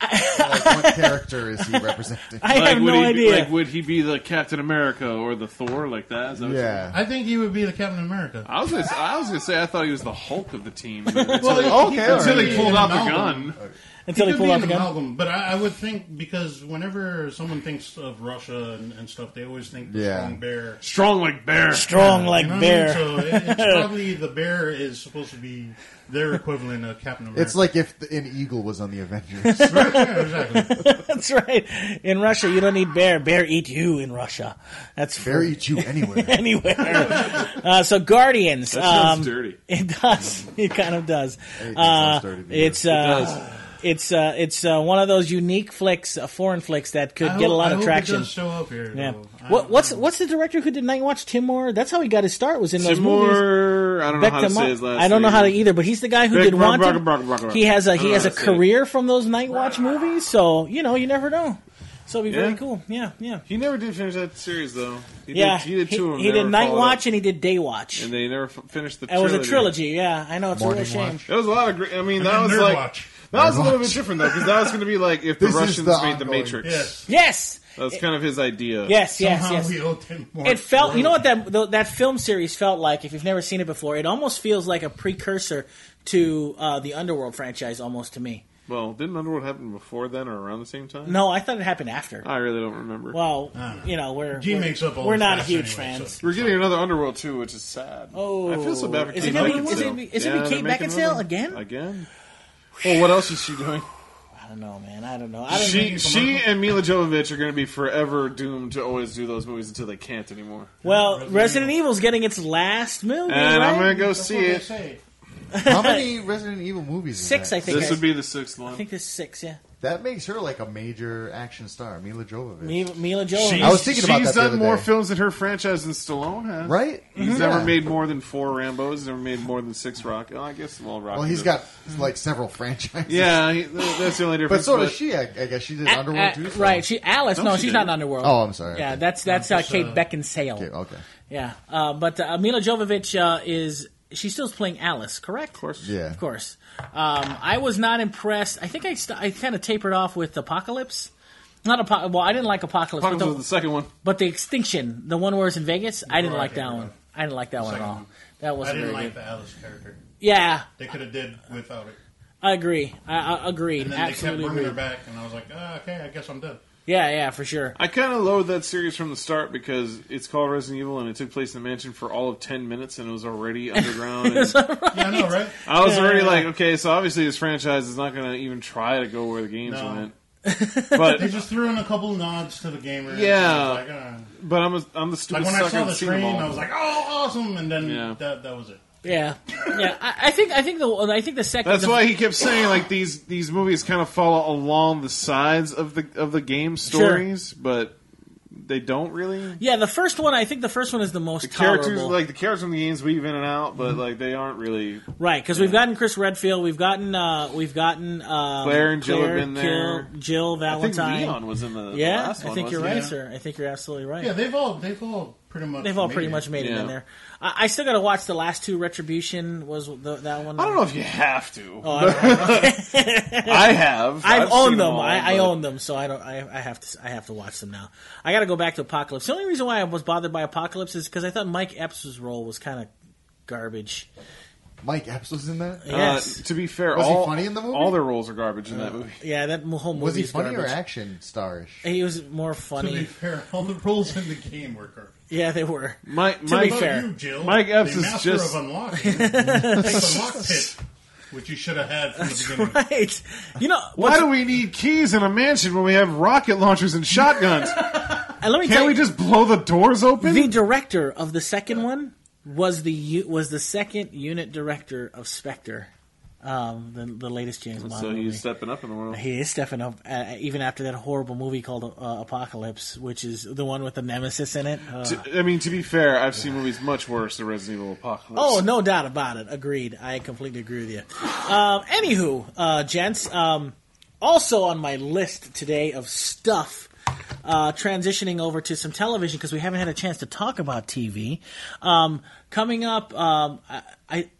[SPEAKER 3] like, what character is he representing?
[SPEAKER 1] I
[SPEAKER 2] Like,
[SPEAKER 1] have
[SPEAKER 2] would
[SPEAKER 1] no
[SPEAKER 2] he Be,
[SPEAKER 1] idea.
[SPEAKER 2] like, would he be the Captain America or the Thor like that? Is that what you-
[SPEAKER 3] yeah.
[SPEAKER 4] I think he would be the Captain America.
[SPEAKER 2] I was gonna, I was gonna say I thought he was the Hulk of the team.
[SPEAKER 4] Well, okay,
[SPEAKER 2] until they pulled out the gun.
[SPEAKER 1] until
[SPEAKER 4] He
[SPEAKER 1] they
[SPEAKER 4] could
[SPEAKER 1] pull
[SPEAKER 4] be
[SPEAKER 1] out
[SPEAKER 4] an
[SPEAKER 1] the gun.
[SPEAKER 4] amalgam, but I, I would think because whenever someone thinks of Russia and, and stuff, they always think the
[SPEAKER 3] Yeah.
[SPEAKER 4] strong bear.
[SPEAKER 2] Strong like bear.
[SPEAKER 1] Strong like
[SPEAKER 4] You know what I mean?
[SPEAKER 1] bear.
[SPEAKER 4] So it, it's probably the bear is supposed to be their equivalent of Captain America.
[SPEAKER 3] It's like if the, an eagle was on the Avengers.
[SPEAKER 4] Yeah, exactly.
[SPEAKER 1] That's right. In Russia, you don't need bear. Bear eat you in Russia. That's
[SPEAKER 3] Bear
[SPEAKER 1] free
[SPEAKER 3] eat you anywhere.
[SPEAKER 1] anywhere. uh, so Guardians.
[SPEAKER 2] That sounds
[SPEAKER 1] um,
[SPEAKER 2] dirty.
[SPEAKER 1] It does. It kind of does.
[SPEAKER 3] Hey, it
[SPEAKER 1] Uh,
[SPEAKER 3] sounds dirty to you.
[SPEAKER 1] it's uh, it's uh, it's uh, one of those unique flicks, uh, foreign flicks that could
[SPEAKER 4] I
[SPEAKER 1] get a
[SPEAKER 4] hope-
[SPEAKER 1] lot
[SPEAKER 4] I
[SPEAKER 1] of
[SPEAKER 4] hope it
[SPEAKER 1] traction.
[SPEAKER 4] does show up here.
[SPEAKER 1] Yeah.
[SPEAKER 4] though. I
[SPEAKER 1] What,
[SPEAKER 4] don't
[SPEAKER 1] what's
[SPEAKER 4] know.
[SPEAKER 1] what's the director who did Night Watch? Tim Moore. That's how he got his start. Was in those
[SPEAKER 2] Tim
[SPEAKER 1] movies.
[SPEAKER 2] Moore. I don't know how to
[SPEAKER 1] Becked him
[SPEAKER 2] say
[SPEAKER 1] up.
[SPEAKER 2] his last.
[SPEAKER 1] I don't know
[SPEAKER 2] name.
[SPEAKER 1] how to either, but he's the guy who
[SPEAKER 2] Beck-
[SPEAKER 1] did
[SPEAKER 2] Rock-
[SPEAKER 1] Wanted.
[SPEAKER 2] Rock- Rock- Rock- Rock.
[SPEAKER 1] He has a
[SPEAKER 2] I
[SPEAKER 1] he
[SPEAKER 2] don't
[SPEAKER 1] has a
[SPEAKER 2] know how to say it.
[SPEAKER 1] career from those Night Watch movies, so you know you never know. So it'll be very
[SPEAKER 2] Yeah.
[SPEAKER 1] cool. Yeah, yeah.
[SPEAKER 2] He never did finish that series though. He
[SPEAKER 1] Yeah,
[SPEAKER 2] did, he did two of them.
[SPEAKER 1] he
[SPEAKER 2] never
[SPEAKER 1] did Night
[SPEAKER 2] followed
[SPEAKER 1] Watch
[SPEAKER 2] up,
[SPEAKER 1] and he did Day Watch.
[SPEAKER 2] and they never f- finished the.
[SPEAKER 1] It was a trilogy. Yeah, I know it's a
[SPEAKER 3] Morning
[SPEAKER 1] real shame.
[SPEAKER 3] Watch.
[SPEAKER 2] That was a lot of great. I mean, that
[SPEAKER 4] then
[SPEAKER 2] was
[SPEAKER 4] Nerd
[SPEAKER 2] like
[SPEAKER 4] Watch.
[SPEAKER 2] that was a little
[SPEAKER 3] Nerd
[SPEAKER 2] bit
[SPEAKER 3] Watch.
[SPEAKER 2] different though, because that was going to be like if the
[SPEAKER 3] This is
[SPEAKER 2] Russians
[SPEAKER 3] the
[SPEAKER 2] made the
[SPEAKER 3] ongoing-
[SPEAKER 2] Matrix.
[SPEAKER 4] Yes.
[SPEAKER 1] Yes,
[SPEAKER 2] That was kind of his idea.
[SPEAKER 1] yes, yes,
[SPEAKER 4] Somehow
[SPEAKER 1] yes.
[SPEAKER 4] we owe Tim Moore
[SPEAKER 1] It felt. You know what
[SPEAKER 4] royalties.
[SPEAKER 1] that th- that film series felt like. If you've never seen it before, it almost feels like a precursor to uh, the Underworld franchise, almost to me.
[SPEAKER 2] Well, didn't Underworld happen before then or around the same time?
[SPEAKER 1] No, I thought it happened after.
[SPEAKER 2] I really don't remember.
[SPEAKER 1] Well,
[SPEAKER 4] don't know.
[SPEAKER 1] you know, we're
[SPEAKER 4] Gene
[SPEAKER 1] we're,
[SPEAKER 4] makes up all
[SPEAKER 1] we're
[SPEAKER 4] his
[SPEAKER 1] not
[SPEAKER 4] facts
[SPEAKER 1] huge
[SPEAKER 4] anyway,
[SPEAKER 1] fans.
[SPEAKER 4] so-
[SPEAKER 2] We're getting another Underworld too, which is sad.
[SPEAKER 1] Oh.
[SPEAKER 2] I feel so bad for
[SPEAKER 1] Is
[SPEAKER 2] Kate
[SPEAKER 1] it gonna be-
[SPEAKER 2] Beckinsale.
[SPEAKER 1] is it be- is it gonna be
[SPEAKER 2] they're
[SPEAKER 1] Kate
[SPEAKER 2] making
[SPEAKER 1] Beckinsale
[SPEAKER 2] another-
[SPEAKER 1] again?
[SPEAKER 2] Again. Well, what else is she doing?
[SPEAKER 1] I don't know, man. I don't know. I don't know.
[SPEAKER 2] She, she and Mila Jovovich are going to be forever doomed to always do those movies until they can't anymore.
[SPEAKER 1] Well, Resident Evil's getting its last movie,
[SPEAKER 2] And
[SPEAKER 1] right?
[SPEAKER 2] I'm going to go
[SPEAKER 4] That's
[SPEAKER 2] see
[SPEAKER 4] what they
[SPEAKER 2] it.
[SPEAKER 4] say.
[SPEAKER 3] How many Resident Evil movies? is
[SPEAKER 1] six,
[SPEAKER 3] that?
[SPEAKER 1] I think.
[SPEAKER 2] This
[SPEAKER 1] I,
[SPEAKER 2] would be the sixth
[SPEAKER 1] I
[SPEAKER 2] one.
[SPEAKER 1] think this is six. Yeah,
[SPEAKER 3] That makes her like a major action star, Mila Jovovich.
[SPEAKER 1] Mila, Mila Jovovich.
[SPEAKER 2] She's,
[SPEAKER 3] I was thinking about
[SPEAKER 2] she's
[SPEAKER 3] that the
[SPEAKER 2] done
[SPEAKER 3] other
[SPEAKER 2] more
[SPEAKER 3] day.
[SPEAKER 2] films in her franchise than Stallone has.
[SPEAKER 3] right?
[SPEAKER 1] Mm-hmm.
[SPEAKER 2] He's
[SPEAKER 3] Yeah.
[SPEAKER 2] never made more than four Rambos. Never made more than six Rock. Oh, I guess well, Rock.
[SPEAKER 3] Well, he's got like several franchises.
[SPEAKER 2] Yeah, he, that's the only
[SPEAKER 3] but
[SPEAKER 2] difference.
[SPEAKER 3] so does she. I, I guess she did
[SPEAKER 1] A-
[SPEAKER 3] Underworld
[SPEAKER 1] a-
[SPEAKER 3] too. so-
[SPEAKER 1] right? She Alice.
[SPEAKER 2] No,
[SPEAKER 1] No,
[SPEAKER 2] she
[SPEAKER 1] she's not in
[SPEAKER 2] didn't.
[SPEAKER 1] Underworld.
[SPEAKER 3] Oh, I'm sorry.
[SPEAKER 1] Yeah,
[SPEAKER 3] Okay.
[SPEAKER 1] that's that's uh,
[SPEAKER 4] just,
[SPEAKER 1] Kate
[SPEAKER 4] uh,
[SPEAKER 1] Beckinsale.
[SPEAKER 3] Okay. okay.
[SPEAKER 1] Yeah, uh, but uh, Mila Jovovich uh, is she's still playing Alice, correct? Of course,
[SPEAKER 3] Yeah.
[SPEAKER 1] of course. Um, I was not impressed. I think I st- I kind of tapered off with Apocalypse. Not Apo- well, I didn't like Apocalypse,
[SPEAKER 2] Apocalypse
[SPEAKER 1] but,
[SPEAKER 2] was
[SPEAKER 1] the,
[SPEAKER 2] the second one.
[SPEAKER 1] but the Extinction, the one where it's in Vegas, I didn't
[SPEAKER 4] Right,
[SPEAKER 1] like that
[SPEAKER 4] right.
[SPEAKER 1] one. I didn't like that one at
[SPEAKER 4] Second
[SPEAKER 1] all.
[SPEAKER 4] one.
[SPEAKER 1] That
[SPEAKER 4] I
[SPEAKER 1] wasn't
[SPEAKER 4] didn't
[SPEAKER 1] very
[SPEAKER 4] like
[SPEAKER 1] good.
[SPEAKER 4] the Alice character.
[SPEAKER 1] Yeah,
[SPEAKER 4] They could have did without it.
[SPEAKER 1] I agree. I, I agreed.
[SPEAKER 4] And then
[SPEAKER 1] Absolutely
[SPEAKER 4] they kept bringing
[SPEAKER 1] agree.
[SPEAKER 4] her back, and I was like, ah, okay, I guess I'm dead.
[SPEAKER 1] Yeah, yeah, for sure.
[SPEAKER 2] I kind of loathe that series from the start because it's called Resident Evil and it took place in the mansion for all of ten minutes and it was already underground. and
[SPEAKER 4] Yeah, I know, right?
[SPEAKER 2] I was
[SPEAKER 1] Yeah,
[SPEAKER 2] already
[SPEAKER 1] yeah,
[SPEAKER 2] like, okay, so obviously this franchise is not going to even try to go where the games
[SPEAKER 4] No.
[SPEAKER 2] went.
[SPEAKER 4] They
[SPEAKER 2] But
[SPEAKER 4] just threw in a couple nods to the gamers.
[SPEAKER 2] Yeah.
[SPEAKER 4] I was Like, ah.
[SPEAKER 2] but I'm a, I'm the
[SPEAKER 4] Like,
[SPEAKER 2] stupid
[SPEAKER 4] when I
[SPEAKER 2] sucker
[SPEAKER 4] saw
[SPEAKER 2] that's
[SPEAKER 4] the
[SPEAKER 2] seen them
[SPEAKER 4] screen,
[SPEAKER 2] all.
[SPEAKER 4] I was like, oh, awesome, and then
[SPEAKER 2] Yeah.
[SPEAKER 4] that, that was it.
[SPEAKER 1] Yeah, yeah. I, I think I think the I think the second.
[SPEAKER 2] That's
[SPEAKER 1] the-
[SPEAKER 2] why he kept saying like these these movies kind of follow along the sides of the of the game stories, but they don't really.
[SPEAKER 1] Yeah, the first one. I think the first one is the most
[SPEAKER 2] The characters
[SPEAKER 1] tolerable. Mm-hmm.
[SPEAKER 2] like the characters from the games weave in and out, but like they aren't really
[SPEAKER 1] Right, because we've gotten Chris Redfield, we've gotten uh, we've gotten um,
[SPEAKER 2] Claire and Jill have been there.
[SPEAKER 1] Kill- Jill
[SPEAKER 2] I think
[SPEAKER 1] Valentine.
[SPEAKER 2] Leon was in the, the
[SPEAKER 1] yeah,
[SPEAKER 2] last one.
[SPEAKER 1] I think you're
[SPEAKER 2] wasn't
[SPEAKER 1] right,
[SPEAKER 2] he?
[SPEAKER 1] sir. I think you're absolutely right.
[SPEAKER 4] Yeah, they've all they've all pretty much
[SPEAKER 1] They've all
[SPEAKER 4] made
[SPEAKER 1] pretty
[SPEAKER 4] it.
[SPEAKER 1] much made it
[SPEAKER 2] Yeah.
[SPEAKER 1] in there. I, I still got to watch the last two. Retribution was the, that one.
[SPEAKER 2] I don't know if you have to.
[SPEAKER 1] Oh, I don't know.
[SPEAKER 2] I have.
[SPEAKER 1] I've
[SPEAKER 2] seen
[SPEAKER 1] owned them.
[SPEAKER 2] all,
[SPEAKER 1] I, I
[SPEAKER 2] but-
[SPEAKER 1] own them, so I don't. I, I have to. I have to watch them now. I got to go back to Apocalypse. The only reason why I was bothered by Apocalypse is because I thought Mike Epps' role was kind of garbage.
[SPEAKER 3] Mike Epps was in that.
[SPEAKER 1] Yes.
[SPEAKER 2] Uh, to be fair,
[SPEAKER 3] Was he
[SPEAKER 2] all,
[SPEAKER 3] funny in the movie?
[SPEAKER 2] all their roles are garbage in that movie.
[SPEAKER 1] yeah, that mo- whole movie
[SPEAKER 3] Was he
[SPEAKER 1] is
[SPEAKER 3] funny
[SPEAKER 1] garbage.
[SPEAKER 3] or action starish?
[SPEAKER 1] He was more
[SPEAKER 4] To be
[SPEAKER 1] funny.
[SPEAKER 4] fair, all the roles in the game were garbage.
[SPEAKER 1] Yeah, they were.
[SPEAKER 2] Mike,
[SPEAKER 1] To be
[SPEAKER 2] Mike,
[SPEAKER 4] Fuck
[SPEAKER 1] fair.
[SPEAKER 4] you, Jill.
[SPEAKER 2] Mike Epps
[SPEAKER 4] the
[SPEAKER 2] is
[SPEAKER 4] master
[SPEAKER 2] just-
[SPEAKER 4] of unlocking. Take the lock pit, which you should have had from the beginning.
[SPEAKER 1] Right. You know,
[SPEAKER 2] why do we need keys in a mansion when we have rocket launchers and shotguns?
[SPEAKER 1] and uh, let me
[SPEAKER 2] Can't
[SPEAKER 1] tell
[SPEAKER 2] we
[SPEAKER 1] you,
[SPEAKER 2] just blow the doors open?
[SPEAKER 1] the director of the second one was the u- was the second unit director of Spectre, um, the the latest James Bond
[SPEAKER 2] so
[SPEAKER 1] movie.
[SPEAKER 2] he's stepping up in the world.
[SPEAKER 1] He is stepping up, uh, even after that horrible movie called uh, Apocalypse, which is the one with the nemesis in it. Uh,
[SPEAKER 2] To- I mean, to be fair, I've seen movies much worse than Resident Evil Apocalypse.
[SPEAKER 1] oh, no doubt about it. Agreed. I completely agree with you. Um, anywho, uh, gents, um, also on my list today of stuff. Uh, transitioning over to some television because we haven't had a chance to talk about TV. Um, coming up, um, I, I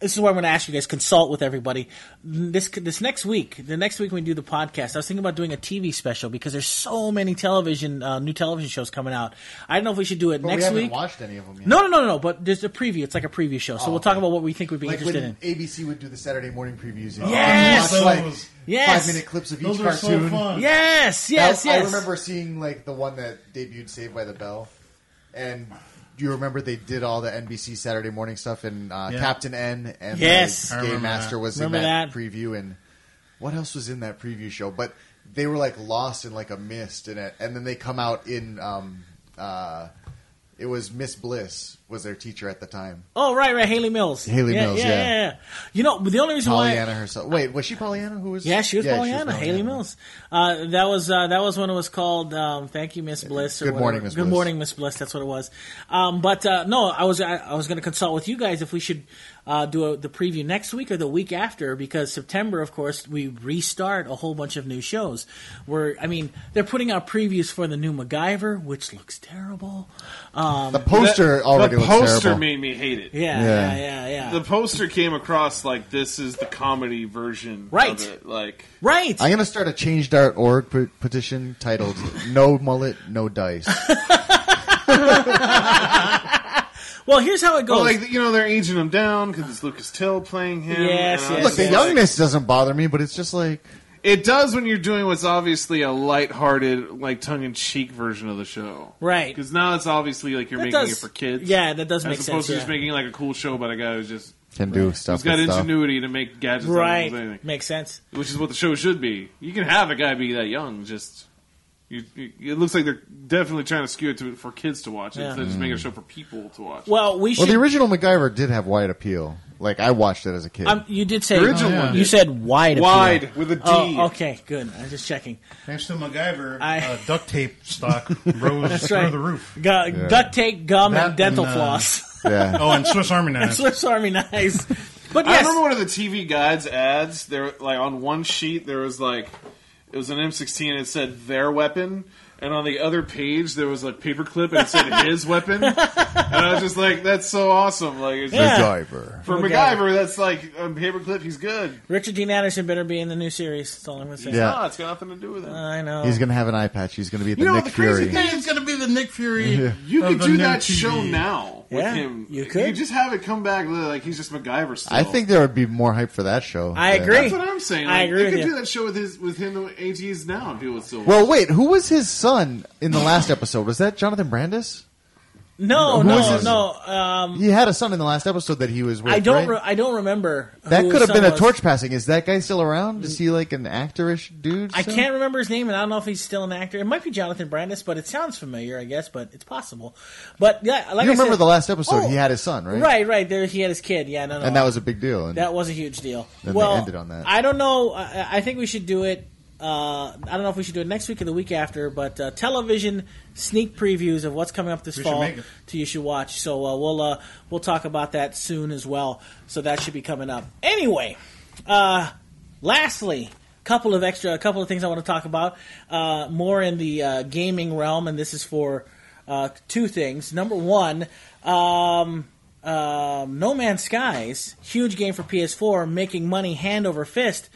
[SPEAKER 1] this is where I'm going to ask you guys consult with everybody. This this next week, the next week when we do the podcast, I was thinking about doing a TV special because there's so many television uh, new television shows coming out. I don't know if we should do it
[SPEAKER 3] But we
[SPEAKER 1] next
[SPEAKER 3] haven't
[SPEAKER 1] week.
[SPEAKER 3] watched any of them yet.
[SPEAKER 1] No, no, no, no, no. But there's a preview. It's like a preview show. So we'll talk about what we think we'd be
[SPEAKER 3] Oh, Like
[SPEAKER 1] interested
[SPEAKER 3] when
[SPEAKER 1] in.
[SPEAKER 3] ABC would do the Saturday morning previews. and
[SPEAKER 1] Yes!
[SPEAKER 3] you'd watch, like,
[SPEAKER 4] Those-
[SPEAKER 1] Yes.
[SPEAKER 3] Five minute clips of each
[SPEAKER 4] Those are so
[SPEAKER 3] cartoon.
[SPEAKER 4] fun.
[SPEAKER 1] Yes, yes,
[SPEAKER 3] I-
[SPEAKER 1] yes.
[SPEAKER 3] I remember seeing like the one that debuted Saved by the Bell, and you remember they did all the NBC Saturday morning stuff, and uh,
[SPEAKER 4] Yeah.
[SPEAKER 3] Captain N and
[SPEAKER 1] Yes.
[SPEAKER 3] the
[SPEAKER 4] I
[SPEAKER 3] Game
[SPEAKER 4] remember
[SPEAKER 3] Master
[SPEAKER 4] that.
[SPEAKER 3] was in
[SPEAKER 1] Remember
[SPEAKER 3] that,
[SPEAKER 1] that?
[SPEAKER 3] preview, and what else was in that preview show? But they were like lost in like a mist, and it, and then they come out in. Um, uh, it was Miss Bliss was their teacher at the time.
[SPEAKER 1] Oh, right, right. Haley Mills.
[SPEAKER 3] Haley Mills,
[SPEAKER 1] Yeah,
[SPEAKER 3] yeah.
[SPEAKER 1] yeah. You know, the only reason why.
[SPEAKER 3] Pollyanna herself. Wait, was she Pollyanna? Who was?
[SPEAKER 1] Yeah, she was Pollyanna, Haley Mills. Uh, that was uh, that was when it was called um, "Thank You, Miss Bliss." Or
[SPEAKER 3] Good
[SPEAKER 1] whatever.
[SPEAKER 3] morning, Miss
[SPEAKER 1] Good
[SPEAKER 3] Bliss.
[SPEAKER 1] morning, Miss Bliss. That's what it was. Um, but uh, no, I was I, I was going to consult with you guys if we should uh, do a, the preview next week or the week after because September, of course, we restart a whole bunch of new shows. Where I mean, they're putting out previews for the new MacGyver, which looks terrible.
[SPEAKER 3] The poster
[SPEAKER 2] That-
[SPEAKER 3] already
[SPEAKER 2] the
[SPEAKER 3] looks
[SPEAKER 2] poster
[SPEAKER 3] terrible.
[SPEAKER 2] made me hate it.
[SPEAKER 1] Yeah, yeah,
[SPEAKER 3] Yeah.
[SPEAKER 1] yeah, yeah.
[SPEAKER 2] The poster came across like this is the comedy version
[SPEAKER 1] Right.
[SPEAKER 2] of it. Like
[SPEAKER 1] right.
[SPEAKER 3] I'm gonna start a change.org pe- petition titled "No Mullet, No Dice."
[SPEAKER 1] well, here's how it goes.
[SPEAKER 2] Well, like you know, they're aging him down because it's Lucas Till playing him.
[SPEAKER 1] Yes,
[SPEAKER 2] and
[SPEAKER 1] yes,
[SPEAKER 2] I
[SPEAKER 3] Look,
[SPEAKER 2] was
[SPEAKER 3] the
[SPEAKER 1] yes.
[SPEAKER 2] like-
[SPEAKER 3] youngness doesn't bother me, but it's just like
[SPEAKER 2] It does when you're doing what's obviously a light-hearted, like tongue-in-cheek version of the show,
[SPEAKER 1] Right.
[SPEAKER 2] Because now it's obviously like you're
[SPEAKER 1] That
[SPEAKER 2] making
[SPEAKER 1] does-
[SPEAKER 2] it for kids,
[SPEAKER 1] Yeah, that does
[SPEAKER 2] as
[SPEAKER 1] make
[SPEAKER 2] opposed
[SPEAKER 1] sense.
[SPEAKER 2] to
[SPEAKER 1] yeah.
[SPEAKER 2] just making like a cool show about a guy who's just
[SPEAKER 3] can do stuff.
[SPEAKER 2] who's got
[SPEAKER 3] with stuff.
[SPEAKER 2] ingenuity to make gadgets, out of almost anything,
[SPEAKER 1] right, makes sense.
[SPEAKER 2] which is what the show should be. You can have a guy be that young, just. You, you, it looks like they're definitely trying to skew it to, for kids to watch
[SPEAKER 1] Yeah.
[SPEAKER 2] instead of just making a show for people to watch.
[SPEAKER 1] Well, we
[SPEAKER 3] Well,
[SPEAKER 1] should.
[SPEAKER 3] the original MacGyver did have wide appeal. Like I watched it as a kid.
[SPEAKER 1] Um, you did say
[SPEAKER 2] The original
[SPEAKER 4] Oh, yeah. one
[SPEAKER 1] You
[SPEAKER 2] did.
[SPEAKER 1] said wide. appeal.
[SPEAKER 2] Wide with a D.
[SPEAKER 1] Oh, okay, good. I'm just checking.
[SPEAKER 4] Thanks to MacGyver,
[SPEAKER 1] I-
[SPEAKER 4] uh, duct tape stock rose through
[SPEAKER 1] right.
[SPEAKER 4] the roof.
[SPEAKER 1] Gu- Duct tape, gum,
[SPEAKER 4] That
[SPEAKER 1] and dental
[SPEAKER 4] and, uh,
[SPEAKER 1] floss.
[SPEAKER 3] yeah,
[SPEAKER 4] Oh, and Swiss Army knife.
[SPEAKER 1] Swiss Army knives. But
[SPEAKER 2] I
[SPEAKER 1] yes,
[SPEAKER 2] remember one of the TV guides ads. There, like on one sheet, there was like it was an M16. And it said their weapon, and on the other page there was like paperclip and it said his weapon. And I was just like, that's so awesome! Like it's just,
[SPEAKER 1] Yeah. Oh,
[SPEAKER 3] MacGyver.
[SPEAKER 2] for
[SPEAKER 1] MacGyver.
[SPEAKER 2] MacGyver, that's like um, paperclip. He's good.
[SPEAKER 1] Richard Dean Anderson better be in the new series. That's all I'm gonna say.
[SPEAKER 3] Yeah.
[SPEAKER 2] No, it's got nothing to do with him.
[SPEAKER 1] I know.
[SPEAKER 3] He's gonna have an eye patch. He's gonna be the
[SPEAKER 2] you know
[SPEAKER 3] Nick
[SPEAKER 2] the crazy
[SPEAKER 3] Fury.
[SPEAKER 2] thing is going to be
[SPEAKER 4] the Nick Fury.
[SPEAKER 2] You
[SPEAKER 4] of
[SPEAKER 2] could
[SPEAKER 4] the
[SPEAKER 2] do
[SPEAKER 4] new
[SPEAKER 2] that
[SPEAKER 4] TV.
[SPEAKER 2] show now with
[SPEAKER 1] Yeah,
[SPEAKER 2] him.
[SPEAKER 1] you could.
[SPEAKER 2] just have it come back like he's just MacGyver still.
[SPEAKER 3] I think there would be more hype for that show.
[SPEAKER 1] I
[SPEAKER 3] than-
[SPEAKER 1] agree.
[SPEAKER 2] that's what I'm saying.
[SPEAKER 1] I
[SPEAKER 2] Like,
[SPEAKER 1] agree
[SPEAKER 2] You
[SPEAKER 1] with
[SPEAKER 2] could
[SPEAKER 1] you.
[SPEAKER 2] do that show with his with him the way AG is now, and people would still.
[SPEAKER 3] Well, wait, who was his son in the last episode? Was that Jonathan Brandis?
[SPEAKER 1] No,
[SPEAKER 3] Who is
[SPEAKER 1] no,
[SPEAKER 3] this?
[SPEAKER 1] no. Um,
[SPEAKER 3] He had a son in the last episode that he was with.
[SPEAKER 1] I don't.
[SPEAKER 3] right?
[SPEAKER 1] Re- I don't remember.
[SPEAKER 3] that
[SPEAKER 1] who
[SPEAKER 3] could have
[SPEAKER 1] son
[SPEAKER 3] been a
[SPEAKER 1] was.
[SPEAKER 3] torch passing. Is that guy still around? Is he like an actorish dude?
[SPEAKER 1] I
[SPEAKER 3] still?
[SPEAKER 1] can't remember his name, and I don't know if he's still an actor. It might be Jonathan Brandis, but it sounds familiar, I guess. But it's possible. But yeah, like
[SPEAKER 3] You
[SPEAKER 1] I
[SPEAKER 3] remember
[SPEAKER 1] said-
[SPEAKER 3] the last episode?
[SPEAKER 1] Oh,
[SPEAKER 3] he had his son, right?
[SPEAKER 1] right, right. There, he had his kid. Yeah, no, no.
[SPEAKER 3] And that was a big deal. And
[SPEAKER 1] That was a huge deal.
[SPEAKER 3] Then they
[SPEAKER 1] well,
[SPEAKER 3] ended on that.
[SPEAKER 1] I don't know. I, I think we should do it. Uh, I don't know if we should do it next week or the week after, but uh, television sneak previews of what's coming up this
[SPEAKER 4] We should
[SPEAKER 1] fall
[SPEAKER 4] make it.
[SPEAKER 1] to you should watch. So uh, we'll uh, we'll talk about that soon as well. So that should be coming up. Anyway, uh, lastly, couple of extra, a couple of things I want to talk about uh, more in the uh, gaming realm, and this is for uh, two things. Number one. Um, um, No Man's Skies, huge game for PS4, making money hand over fist.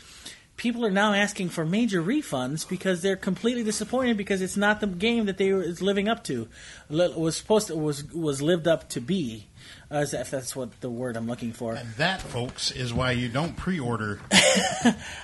[SPEAKER 1] People are now asking for major refunds because they're completely disappointed because it's not the game that they were is living up to, li- was supposed to was was lived up to be, uh, is- if that's what the word I'm looking for.
[SPEAKER 4] And that, folks, is why you don't pre-order.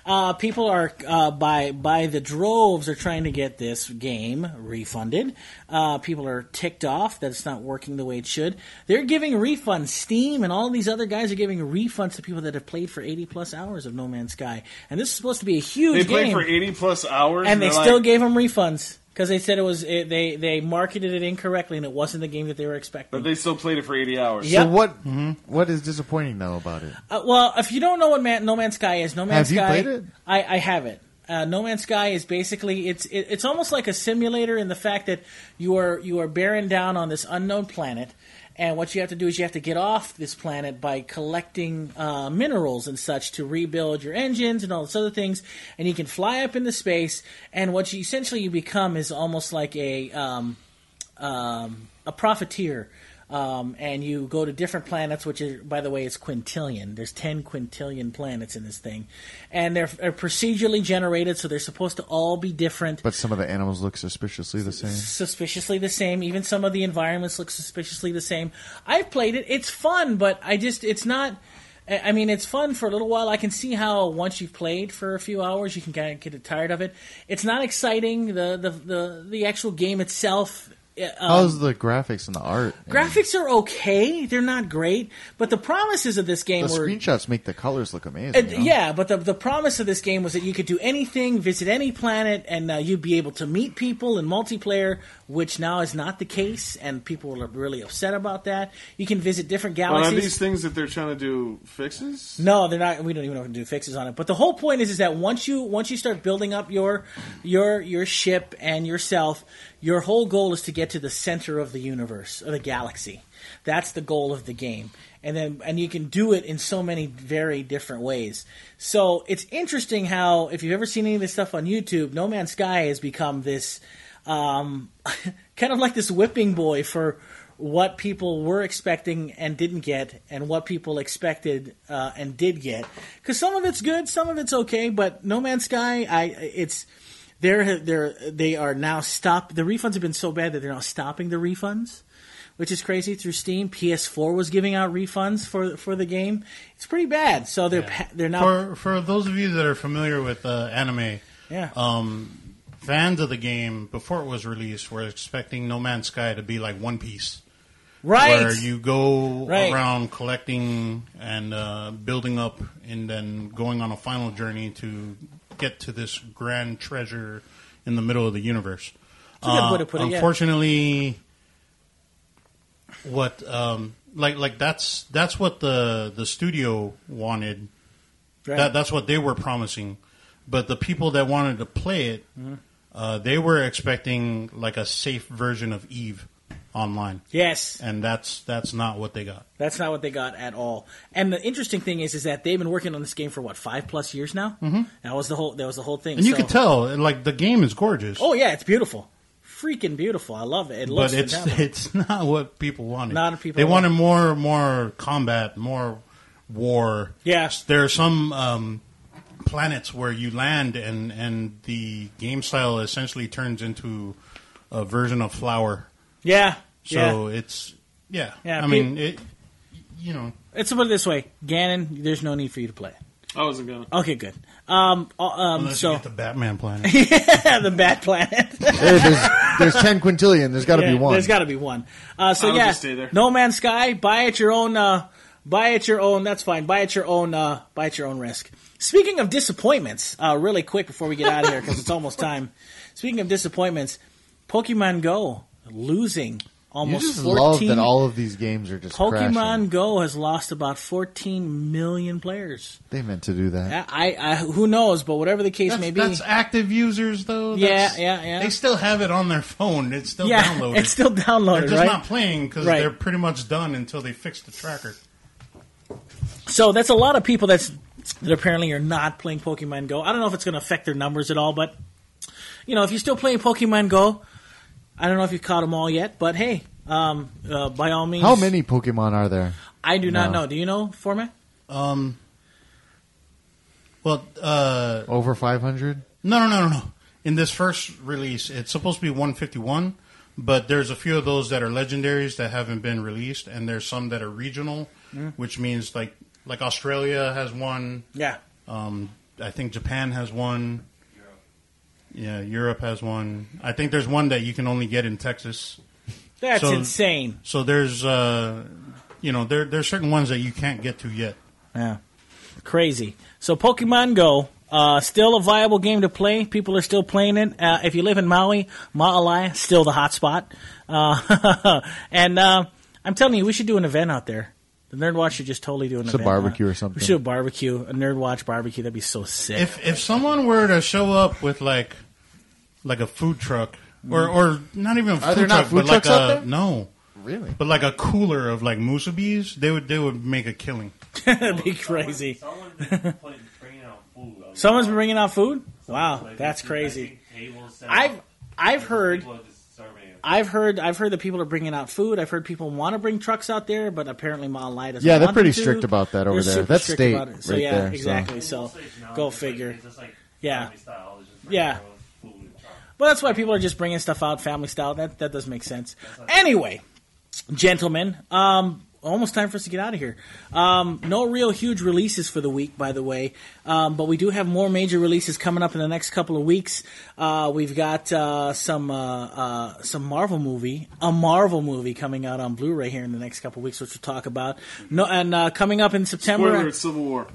[SPEAKER 1] Uh, people are uh, by by the droves are trying to get this game refunded. Uh, people are ticked off that it's not working the way it should. They're giving refunds. Steam and all these other guys are giving refunds to people that have played for eighty plus hours of No Man's Sky, and this is supposed to be a huge
[SPEAKER 2] They
[SPEAKER 1] game,
[SPEAKER 2] played for eighty plus hours,
[SPEAKER 1] and they
[SPEAKER 2] they're
[SPEAKER 1] still
[SPEAKER 2] like,
[SPEAKER 1] gave them refunds because they said it was it, they they marketed it incorrectly and it wasn't the game that they were expecting.
[SPEAKER 2] But they still played it for eighty hours.
[SPEAKER 1] Yep.
[SPEAKER 3] So what? hmm, what is disappointing though about it?
[SPEAKER 1] Uh, well, if you don't know what Man- No Man's Sky is, No Man's
[SPEAKER 3] Have you
[SPEAKER 1] Sky,
[SPEAKER 3] played it?
[SPEAKER 1] I, I have it. Uh, no Man's Sky is basically it's it, it's almost like a simulator in the fact that you are you are bearing down on this unknown planet, and what you have to do is you have to get off this planet by collecting uh, minerals and such to rebuild your engines and all those other things, and you can fly up into space, and what you essentially you become is almost like a um, um, a profiteer, um, and you go to different planets, which is, by the way, is quintillion. There's ten quintillion planets in this thing, and they're, they're procedurally generated, so they're supposed to all be different,
[SPEAKER 3] But some of the animals look suspiciously the same.
[SPEAKER 1] suspiciously the same. Even some of the environments look suspiciously the same. I've played it; it's fun, but I just it's not. I I mean, it's fun for a little while. I can see how once you've played for a few hours, you can kind of get tired of it. It's not exciting. The the the, the actual game itself. uh,
[SPEAKER 3] How's the graphics and the art? And
[SPEAKER 1] Graphics are okay; they're not great, but the promises of this game
[SPEAKER 3] The
[SPEAKER 1] were
[SPEAKER 3] screenshots make the colors look amazing.
[SPEAKER 1] and-
[SPEAKER 3] you know?
[SPEAKER 1] yeah. But the the promise of this game was that you could do anything, visit any planet, and uh, you'd be able to meet people in multiplayer, which now is not the case, and people are really upset about that. You can visit different
[SPEAKER 2] Well, are
[SPEAKER 1] galaxies.
[SPEAKER 2] these things that they're trying to do fixes?
[SPEAKER 1] No, they're not. We don't even know how to do fixes on it. But the whole point is, is that once you once you start building up your your your ship and yourself, your whole goal is to get to the center of the universe or the galaxy. That's the goal of the game, and then and you can do it in so many very different ways. So it's interesting how if you've ever seen any of this stuff on YouTube, No Man's Sky has become this um, kind of like this whipping boy for what people were expecting and didn't get, and what people expected uh, and did get. Because some of it's good, some of it's okay, but No Man's Sky, I it's they're they're they are now stop. The refunds have been so bad that they're now stopping the refunds. Which is crazy through Steam. PS4 was giving out refunds for for the game. It's pretty bad. So they're pa- they're now
[SPEAKER 4] For for those of you that are familiar with uh, anime,
[SPEAKER 1] yeah.
[SPEAKER 4] um, fans of the game before it was released were expecting No Man's Sky to be like One Piece,
[SPEAKER 1] right.
[SPEAKER 4] where you go
[SPEAKER 1] Right.
[SPEAKER 4] around collecting and uh, building up, and then going on a final journey to get to this grand treasure in the middle of the universe. Uh,
[SPEAKER 1] That's a good way to put it, yeah.
[SPEAKER 4] Unfortunately, what um, like like that's that's what the the studio wanted.
[SPEAKER 1] Right.
[SPEAKER 4] That, that's what they were promising. But the people that wanted to play it,
[SPEAKER 1] Mm-hmm.
[SPEAKER 4] uh, they were expecting like a safe version of Eve online,
[SPEAKER 1] yes.
[SPEAKER 4] and that's that's not what they got.
[SPEAKER 1] That's not what they got at all. And the interesting thing is, is that they've been working on this game for what five plus years now. Mm-hmm. That was the whole. That was the whole thing.
[SPEAKER 4] And you
[SPEAKER 1] So-
[SPEAKER 4] can tell, and, like the game is gorgeous,
[SPEAKER 1] Oh yeah, it's beautiful, freaking beautiful. I love it. It looks
[SPEAKER 4] but it's
[SPEAKER 1] fantastic.
[SPEAKER 4] it's not what people wanted.
[SPEAKER 1] Not what people
[SPEAKER 4] they
[SPEAKER 1] wanted.
[SPEAKER 4] wanted more more combat, more war.
[SPEAKER 1] Yeah.
[SPEAKER 4] there are some um, planets where you land, and and the game style essentially turns into a version of Flower.
[SPEAKER 1] Yeah. yeah.
[SPEAKER 4] So it's yeah.
[SPEAKER 1] Yeah,
[SPEAKER 4] I mean, it you know,
[SPEAKER 1] Let's put it this way, Ganon. There's no need for you to play. it.
[SPEAKER 2] I wasn't gonna.
[SPEAKER 1] Okay, good. Um, uh, um
[SPEAKER 4] unless
[SPEAKER 1] so
[SPEAKER 4] you get the Batman planet.
[SPEAKER 1] the Bad Planet.
[SPEAKER 3] Hey, there's, there's 10 quintillion. There's got to
[SPEAKER 1] Yeah,
[SPEAKER 3] be one.
[SPEAKER 1] There's got to be one. Uh, so
[SPEAKER 2] I'll
[SPEAKER 1] yeah,
[SPEAKER 2] just stay there.
[SPEAKER 1] No Man's Sky. Buy at your own. Uh, buy at your own. That's fine. Buy at your own. Uh, buy at your own risk. Speaking of disappointments, uh, really quick before we get out of here because it's almost time. Speaking of disappointments, Pokemon Go losing
[SPEAKER 3] you
[SPEAKER 1] almost
[SPEAKER 3] just love
[SPEAKER 1] 14.
[SPEAKER 3] that all of these games are just
[SPEAKER 1] Pokemon
[SPEAKER 3] crashing.
[SPEAKER 1] Go has lost about 14 million players.
[SPEAKER 3] They meant to do that.
[SPEAKER 1] I, I, I who knows, but whatever the case
[SPEAKER 4] That's,
[SPEAKER 1] may be,
[SPEAKER 4] that's active users though.
[SPEAKER 1] Yeah,
[SPEAKER 4] That's-
[SPEAKER 1] yeah, yeah.
[SPEAKER 4] They still have it on their phone. It's still
[SPEAKER 1] yeah,
[SPEAKER 4] downloaded.
[SPEAKER 1] it's still downloaded,
[SPEAKER 4] they're just
[SPEAKER 1] right?
[SPEAKER 4] not playing because
[SPEAKER 1] Right.
[SPEAKER 4] they're pretty much done until they fix the tracker.
[SPEAKER 1] So that's a lot of people that's that apparently are not playing Pokemon Go. I don't know if it's going to affect their numbers at all, but you know, if you're still playing Pokemon Go, I don't know if you've caught them all yet, but hey, um, uh, by all means,
[SPEAKER 3] How many Pokemon are there?
[SPEAKER 1] I do not
[SPEAKER 3] No.
[SPEAKER 1] know. Do you know format?
[SPEAKER 4] Um. Well, uh,
[SPEAKER 3] Over 500?
[SPEAKER 4] no, no, no, no, no. In this first release, it's supposed to be 151, but there's a few of those that are legendaries that haven't been released, and there's some that are regional, which means like like Australia has one.
[SPEAKER 1] Yeah,
[SPEAKER 4] Um, I think Japan has one. Yeah, Europe has one. I think there's one that you can only get in Texas.
[SPEAKER 1] that's
[SPEAKER 4] So-
[SPEAKER 1] insane.
[SPEAKER 4] So there's, uh, you know, there there's certain ones that you can't get to yet.
[SPEAKER 1] Yeah, crazy. So Pokemon Go. Uh, still a viable game to play. People are still playing it. Uh, if you live in Maui, Maalaea still the hot spot. Uh, and uh, I'm telling you, we should do an event out there. The Nerd Watch should just totally do an
[SPEAKER 3] It's a
[SPEAKER 1] event.
[SPEAKER 3] barbecue
[SPEAKER 1] Uh,
[SPEAKER 3] or
[SPEAKER 1] We
[SPEAKER 3] something.
[SPEAKER 1] should do a barbecue, a Nerd Watch barbecue. That'd be so sick.
[SPEAKER 4] If if someone were to show up with like like a food truck or or not even a food
[SPEAKER 3] there
[SPEAKER 4] truck,
[SPEAKER 3] not food
[SPEAKER 4] but like
[SPEAKER 3] trucks out
[SPEAKER 4] a
[SPEAKER 3] there?
[SPEAKER 4] no,
[SPEAKER 3] Really?
[SPEAKER 4] but like a cooler of like musubis, they would they would make a killing.
[SPEAKER 1] That'd be crazy.
[SPEAKER 7] Someone's been putting- bringing out food. Like,
[SPEAKER 1] Someone's been bringing out food. Wow,
[SPEAKER 7] like,
[SPEAKER 1] that's
[SPEAKER 7] I think
[SPEAKER 1] crazy.
[SPEAKER 7] tables set
[SPEAKER 1] I've
[SPEAKER 7] up,
[SPEAKER 1] I've
[SPEAKER 7] like,
[SPEAKER 1] heard
[SPEAKER 7] people are just serving it.
[SPEAKER 1] I've heard I've heard that people are bringing out food. I've heard people want to bring trucks out there, but apparently Malalai doesn't.
[SPEAKER 3] Yeah, they're
[SPEAKER 1] want
[SPEAKER 3] pretty
[SPEAKER 1] them to.
[SPEAKER 3] strict about that over
[SPEAKER 1] They're
[SPEAKER 3] there.
[SPEAKER 1] super
[SPEAKER 3] That's
[SPEAKER 1] strict
[SPEAKER 3] state
[SPEAKER 1] about it. So
[SPEAKER 3] right
[SPEAKER 1] yeah,
[SPEAKER 3] there, so.
[SPEAKER 1] exactly. So,
[SPEAKER 7] Mostly it's not,
[SPEAKER 1] go
[SPEAKER 7] it's like-
[SPEAKER 1] figure.
[SPEAKER 7] it's just like
[SPEAKER 1] Yeah.
[SPEAKER 7] family style, it's just
[SPEAKER 1] Yeah.
[SPEAKER 7] bringing their own food and try.
[SPEAKER 1] Well, that's why people are just bringing stuff out family style. That that does make sense. Anyway, gentlemen, um, almost time for us to get out of here. Um, no real huge releases for the week, by the way, um, but we do have more major releases coming up in the next couple of weeks. Uh, we've got uh, some uh, uh, some Marvel movie, a Marvel movie coming out on Blu-ray here in the next couple of weeks, which we'll talk about. No, and uh, coming up in September.
[SPEAKER 2] Spoiler: It's Civil War.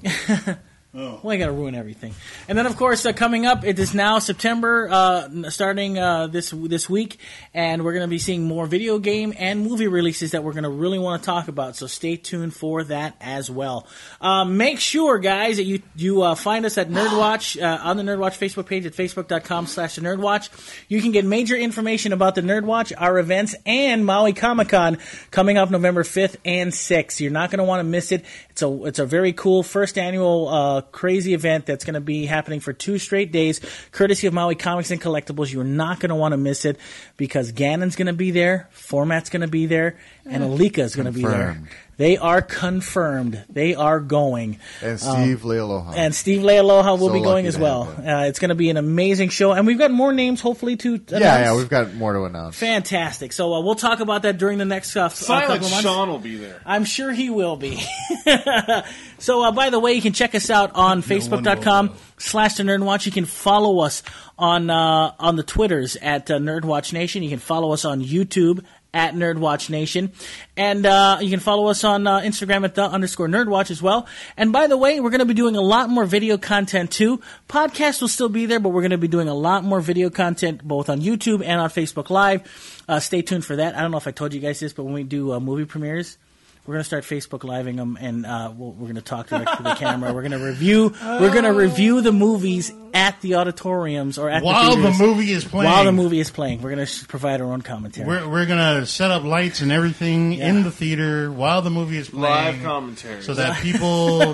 [SPEAKER 1] Well, I gotta ruin everything. And then, of course, uh, coming up, it is now September, uh, n- starting uh, this this week, and we're gonna be seeing more video game and movie releases that we're gonna really want to talk about. So stay tuned for that as well. Um, make sure, guys, that you you uh, find us at Nerdwatch uh, on the Nerdwatch Facebook page at facebook.com/slash the Nerdwatch. You can get major information about the Nerdwatch, our events, and Maui Comic Con coming up November fifth and sixth. You're not going to want to miss it. It's a it's a very cool first annual uh, crazy event that's going to be happening for two straight days, courtesy of Maui Comics and Collectibles. You're not going to want to miss it because Ganon's going to be there, Format's going to be there, and Alika's going to be there.
[SPEAKER 3] Confirmed.
[SPEAKER 1] They are confirmed. They are going
[SPEAKER 3] And Steve Lealoha.
[SPEAKER 1] Um, and Steve Lealoha will
[SPEAKER 3] So
[SPEAKER 1] be going
[SPEAKER 3] lucky
[SPEAKER 1] as
[SPEAKER 3] to
[SPEAKER 1] well.
[SPEAKER 3] have
[SPEAKER 1] Uh, it's going to be an amazing show, and we've got more names hopefully to announce.
[SPEAKER 3] yeah, yeah, we've got more to announce.
[SPEAKER 1] fantastic. So uh, we'll talk about that during the next uh, f- uh,
[SPEAKER 2] Silent
[SPEAKER 1] couple months.
[SPEAKER 2] Sean will be there.
[SPEAKER 1] I'm sure he will be. so, uh, by the way, you can check us out on Facebook.com slash The Nerd Watch. You can follow us on uh, on the Twitters at uh, Nerd Watch Nation. You can follow us on YouTube at Nerd Watch Nation. And uh, you can follow us on uh, Instagram at the underscore Nerd Watch as well. And by the way, we're going to be doing a lot more video content too. Podcast will still be there, but we're going to be doing a lot more video content both on YouTube and on Facebook Live. Uh, stay tuned for that. I don't know if I told you guys this, but when we do uh, movie premieres, we're gonna start Facebook living them, and uh, we'll, we're gonna talk direct to the camera. We're gonna review. We're
[SPEAKER 2] Oh.
[SPEAKER 1] gonna review the movies at the auditoriums or at
[SPEAKER 4] While
[SPEAKER 1] the
[SPEAKER 4] the
[SPEAKER 1] theaters,
[SPEAKER 4] movie is playing,
[SPEAKER 1] while the movie is playing. We're gonna s- provide our own commentary.
[SPEAKER 4] we're we're gonna set up lights and everything in the theater while the movie is
[SPEAKER 2] Live
[SPEAKER 4] playing,
[SPEAKER 2] commentary.
[SPEAKER 4] so that people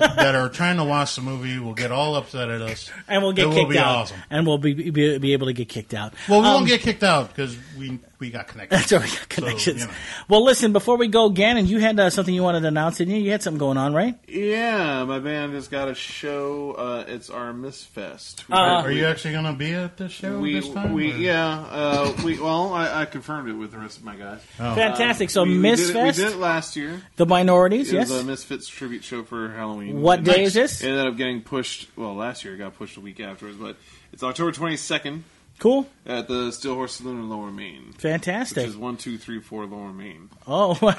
[SPEAKER 4] that are trying to watch the movie will get all upset at us,
[SPEAKER 1] and we'll get
[SPEAKER 4] It will
[SPEAKER 1] kicked
[SPEAKER 4] be
[SPEAKER 1] out,
[SPEAKER 4] awesome.
[SPEAKER 1] and we'll be, be be able to get kicked out.
[SPEAKER 4] Well, we
[SPEAKER 1] Um,
[SPEAKER 4] won't get kicked out because we we got connected.
[SPEAKER 1] Sorry, connections.
[SPEAKER 4] you know.
[SPEAKER 1] Well, listen, before we go, Gannon, you had uh, something you wanted to announce, didn't you? You had something going on, right?
[SPEAKER 2] Yeah, my band has got a show. Uh, it's our Misfest. We-
[SPEAKER 4] Are you actually going to be at the show
[SPEAKER 2] we,
[SPEAKER 4] this time?
[SPEAKER 2] we
[SPEAKER 4] or-
[SPEAKER 2] yeah. Uh, we well, I, I confirmed it with the rest of my guys.
[SPEAKER 1] Fantastic. So,
[SPEAKER 2] Uh, we, we did it-
[SPEAKER 1] Misfest,
[SPEAKER 2] we did it last year.
[SPEAKER 1] the minorities,
[SPEAKER 2] It
[SPEAKER 1] yes.
[SPEAKER 2] was a Misfits tribute show for Halloween.
[SPEAKER 1] What
[SPEAKER 2] And
[SPEAKER 1] day is this?
[SPEAKER 2] It ended up getting pushed. Well, last year it got pushed a week afterwards, but it's October 22nd
[SPEAKER 1] cool.
[SPEAKER 2] at the Steel Horse Saloon in Lower Maine, which
[SPEAKER 1] Fantastic.
[SPEAKER 2] is one two three four Lower Maine.
[SPEAKER 1] Oh,
[SPEAKER 4] Oh,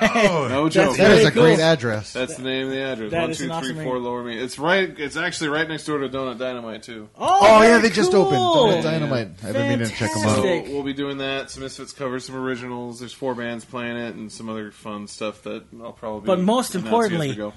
[SPEAKER 2] No
[SPEAKER 1] That's
[SPEAKER 2] joke.
[SPEAKER 3] That is
[SPEAKER 1] Very
[SPEAKER 3] a great
[SPEAKER 1] cool.
[SPEAKER 3] address.
[SPEAKER 2] That's the name of the address.
[SPEAKER 1] That
[SPEAKER 2] One
[SPEAKER 1] is an
[SPEAKER 2] two three
[SPEAKER 1] awesome
[SPEAKER 2] four
[SPEAKER 1] name.
[SPEAKER 2] Lower Maine. It's right. It's actually right next door to Donut Dynamite too.
[SPEAKER 3] oh yeah,
[SPEAKER 1] very
[SPEAKER 3] they just opened
[SPEAKER 1] cool.
[SPEAKER 3] Double Dynamite. I've been meaning to check them out.
[SPEAKER 2] So
[SPEAKER 1] Sick.
[SPEAKER 2] we'll be doing that. Some Misfits covers, some originals. There's four bands playing it, and some other fun stuff that I'll probably.
[SPEAKER 1] But most
[SPEAKER 2] announce as we
[SPEAKER 1] importantly-
[SPEAKER 2] go.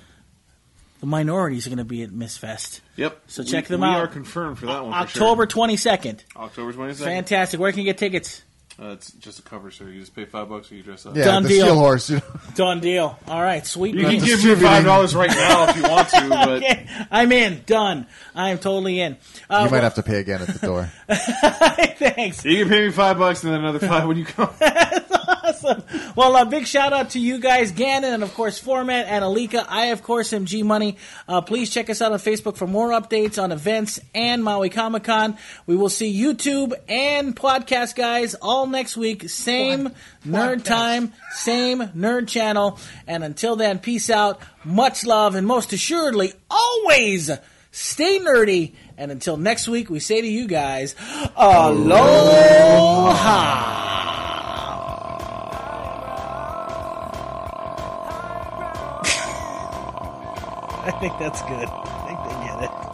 [SPEAKER 1] The minorities are going to be at Misfest.
[SPEAKER 2] yep.
[SPEAKER 1] So
[SPEAKER 2] We-
[SPEAKER 1] check them
[SPEAKER 2] we
[SPEAKER 1] out.
[SPEAKER 2] are confirmed for that one. for sure.
[SPEAKER 1] October 22nd.
[SPEAKER 2] October twenty second.
[SPEAKER 1] Fantastic. Where can you get tickets?
[SPEAKER 2] Uh, it's just a cover, so you just pay five bucks and you dress up.
[SPEAKER 3] Yeah,
[SPEAKER 1] Done
[SPEAKER 3] the
[SPEAKER 1] deal.
[SPEAKER 3] steel horse. You
[SPEAKER 1] Done deal. All right, sweet.
[SPEAKER 2] You
[SPEAKER 1] brother.
[SPEAKER 2] can give me
[SPEAKER 3] distributing.
[SPEAKER 2] five dollars right now if you want to, but
[SPEAKER 1] Okay, I'm in. Done. I am totally in. Uh,
[SPEAKER 3] might have to pay again at the door.
[SPEAKER 1] Thanks.
[SPEAKER 2] you can pay me five bucks and then another five when you come.
[SPEAKER 1] Well, a big shout out to you guys, Gannon, and of course, Format and Alika. I, of course, am G Money. Uh, please check us out on Facebook for more updates on events and Maui Comic Con. We will see YouTube and podcast guys all next week. Same nerd time, same nerd channel. And until then, peace out, much love, and most assuredly, always stay nerdy. And until next week, we say to you guys, aloha. I think that's good. I think they get it.